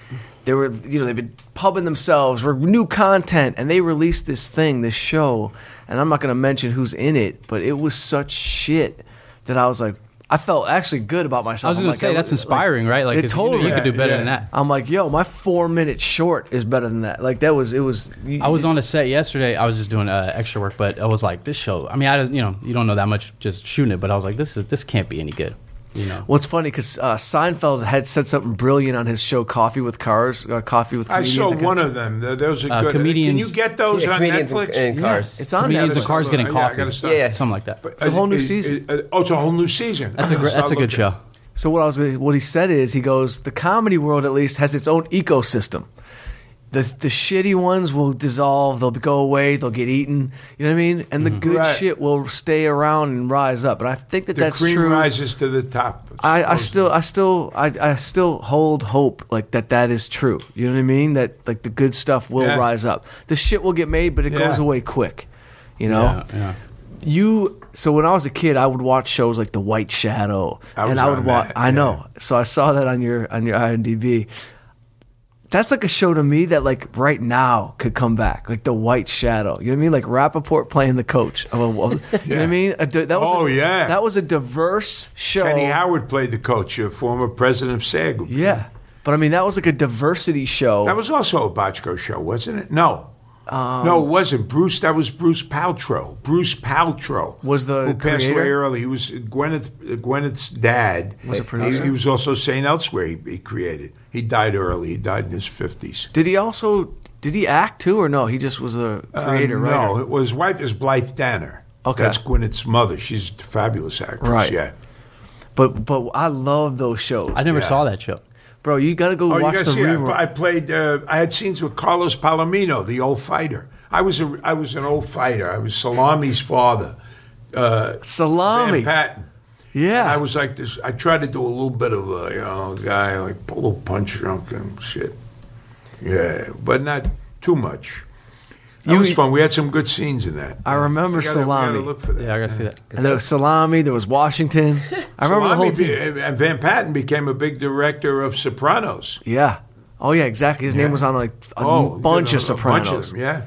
They were, you know, they've been pubbing themselves for new content, and they released this thing, this show, and I'm not going to mention who's in it, but it was such shit that I was like, I felt actually good about myself. I was I'm gonna like, say that's like, inspiring, right? Like it it's- you know, you, totally- could do better Yeah, than yeah. that. I'm like, yo, my four minute short is better than that. Like that was, it was. I was on a set yesterday. I was just doing uh, extra work, but I was like, this show. I mean, I don't, you know, you don't know that much just shooting it, but I was like, this is this can't be any good. You know, Well, it's funny because uh, Seinfeld had said something brilliant on his show Coffee with Cars, uh, Coffee with I Comedians. saw kinda- one of them. Th- Those are Uh, good. Can you comedians- get those Yeah, on comedians and- Netflix? and cars. It's on comedians Netflix. and cars getting Yeah, I coffee. gotta stop. Yeah. something like that. But a whole new is- season. is- oh, it's a whole new season. That's a gr- I'll that's a look good at- show. So what I was what he said is he goes the comedy world at least has its own ecosystem. The the shitty ones will dissolve. They'll go away. They'll get eaten. You know what I mean? And the Mm-hmm. good Right. shit will stay around and rise up. And I think that The that's cream true. rises to the top. I, I still I still I, I still hold hope like that that is true. You know what I mean? That like the good stuff will Yeah. rise up. The shit will get made, but it Yeah. goes away quick. You know? Yeah, yeah. you so when I was a kid, I would watch shows like The White Shadow, I was and I would on watch. that, I yeah. know, so I saw that on your on your IMDb. That's like a show to me that like right now could come back, like The White Shadow. You know what I mean? Like Rappaport playing the coach. Of a, You know what I mean? A di- that was Oh, a, yeah. that was a diverse show. Kenny Howard played the coach, a former president of SAG. Yeah, but I mean that was like a diversity show. That was also a Botchko show, wasn't it? No. Um, no, it wasn't. Bruce, that was Bruce Paltrow. Bruce Paltrow. Was the Who passed creator? away early. He was Gwyneth, Gwyneth's dad. Was a He- producer? He, was also St. Elsewhere he, he created. He died early. He died in his 50s. did he also did he act too or no? He just was a creator, Uh, right? No, it- well, his wife is Blythe Danner. Okay. That's Gwyneth's mother. She's a fabulous actress. Right. Yeah. But but I love those shows, I never Yeah. saw that show. bro. You gotta go Oh, you watch gotta the see, rerun. I, I played. Uh, I had scenes with Carlos Palomino, the old fighter. I was a, I was an old fighter. I was Salami's father, Salami. Van Patten. Yeah. And I was like this. I tried to do a little bit of a you know guy like a little punch drunk and shit. Yeah, but not too much. That You- e- was fun. We had some good scenes in that. I remember We gotta- we gotta Salami. look for that. Yeah, I gotta see that. And there was salami. There was Washington. I remember the Salami whole thing. be- and Van Patten became a big director of Sopranos. Yeah. Oh yeah, exactly. His Yeah. name was on like a oh, bunch a- of Sopranos. A bunch of them, yeah.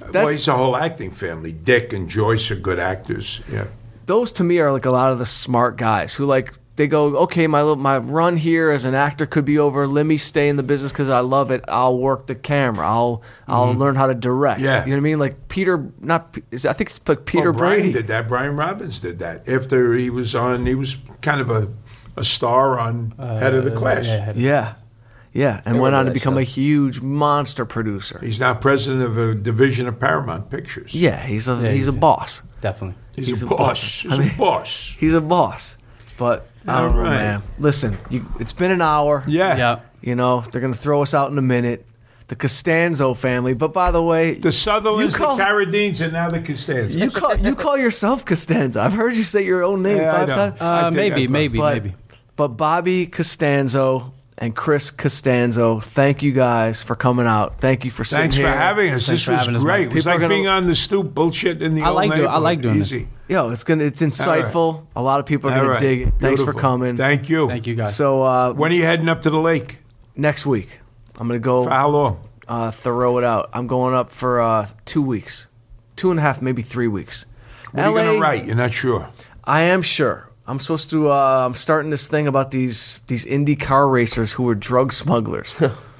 well, That's- it's a whole acting family. Dick and Joyce are good actors. Yeah. Those to me are like a lot of the smart guys who like they go, okay, my little- my run here as an actor could be over. Let me stay in the business because I love it. I'll work the camera. I'll I'll learn how to direct. Mm-hmm. Yeah. You know what I mean? Like Peter, not P- is- I think it's like Peter Well, Brian Brady. did that. Brian Robbins did that. After he was on, he was kind of a, a star on Head of the Clash. Uh, Yeah, had- Uh, Yeah. Yeah, and I went remember on to that become show. a huge monster producer. He's now president of a division of Paramount Pictures. Yeah, he's a he's he's a a- boss. definitely. He's, he's a, a boss. boss. He's I mean- a boss. He's a boss. But I don't know, All right. man. Listen, you, it's been an hour. Yeah. Yeah. You know, they're going to throw us out in a minute. The Costanzo family. But by the way, The Sutherlands, You call- the Carradines, and now the Costanzas. you call you call yourself Costanza. I've heard you say your own name Yeah, I five know. times. I Uh, think maybe, I- maybe, but, maybe. but Bobby Costanzo and Chris Costanzo, thank you guys for coming out. Thank you for sitting Thanks for here. having us. Thanks this for was having us, great. Mike. It was People are like gonna- being on the stoop bullshit in the I old like doing- I like neighborhood. doing this. Easy. Yo, it's gonna it's right. insightful. A lot of people are All gonna right. dig it. Thanks for Beautiful. coming. Thank you. Thank you guys. So uh, When are you heading up to the lake? next week, I'm gonna go. For how long? uh, throw it out. I'm going up for uh, two weeks, two and a half, maybe three weeks. What are you going to write? You're not sure. I am sure. I'm supposed to. Uh, I'm starting this thing about these these indie car racers who were drug smugglers.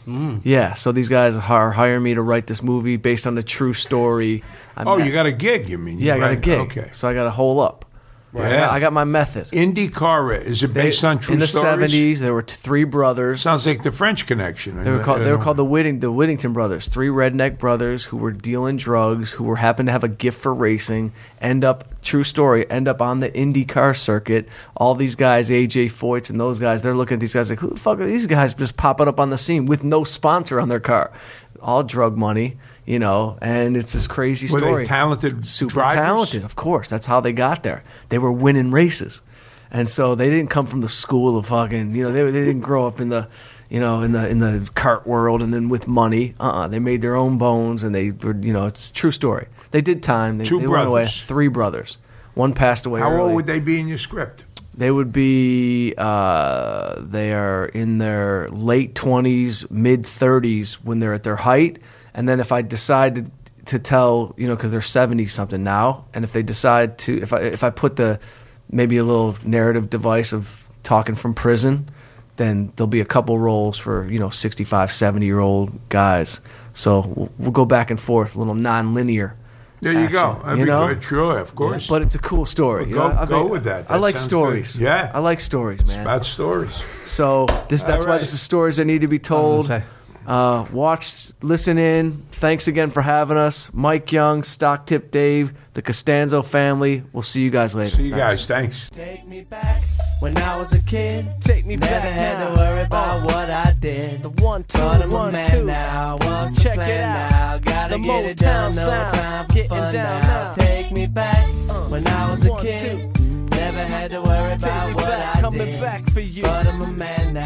Hmm. Yeah, so these guys are hiring me to write this movie based on a true story. I'm Oh, not- you got a gig, you mean? yeah, I got a Right. gig. Okay. so I got a hole up. Yeah. I, got, I got my method. IndyCara, is it based on true in the stories? '70s, there were t- three brothers. Sounds like the French Connection. They were called they were called the Whitting the Whittington brothers, three redneck brothers who were dealing drugs, who were happened to have a gift for racing, end up true story, end up on the IndyCar circuit. All these guys, AJ Foyts and those guys, they're looking at these guys like, who the fuck are these guys just popping up on the scene with no sponsor on their car? All drug money, you know, and it's this crazy Were they story. talented super drivers? talented, of course. That's how they got there. They were winning races, and so they didn't come from the school of fucking. You know, they they didn't grow up in the, you know, in the in the cart world and then with money. Uh, uh they made their own bones and they were. You know, it's a true story. They did time. They, Two they went away. brothers. Three brothers. One passed away. How early. old would they be in your script? They would be. Uh, they are in their late twenties, mid thirties when they're at their height. And then if I decide to, to tell, you know, because they're seventy something now, and if they decide to, if I if I put the maybe a little narrative device of talking from prison, then there'll be a couple roles for you know 65, 70 year old guys. So we'll, we'll go back and forth, a little non-linear. There you go. action, That'd you be know? good. Sure, of course. But it's a cool story. But you know? go- I- I go mean, with that. I That like sounds stories. good. Yeah. I like stories, man. about stories. so this that's All why right. this is stories that need to be told. say. Uh, watch, listen in. Thanks again for having us, Mike Young, Stock Tip Dave, the Costanzo family. We'll see you guys later. See you Thanks. guys. Thanks. Take me back When I was a kid, Take me never back had now. to worry about Uh, what I did. The one, two, but I'm a one, man two. now. What's the Check it plan out. now? Gotta The get it down. Motown No sound. time for Getting fun down now. now. Take me back Uh, when I was a one, kid. Never had to worry Take about me what back, I coming did. back for you. But I'm a man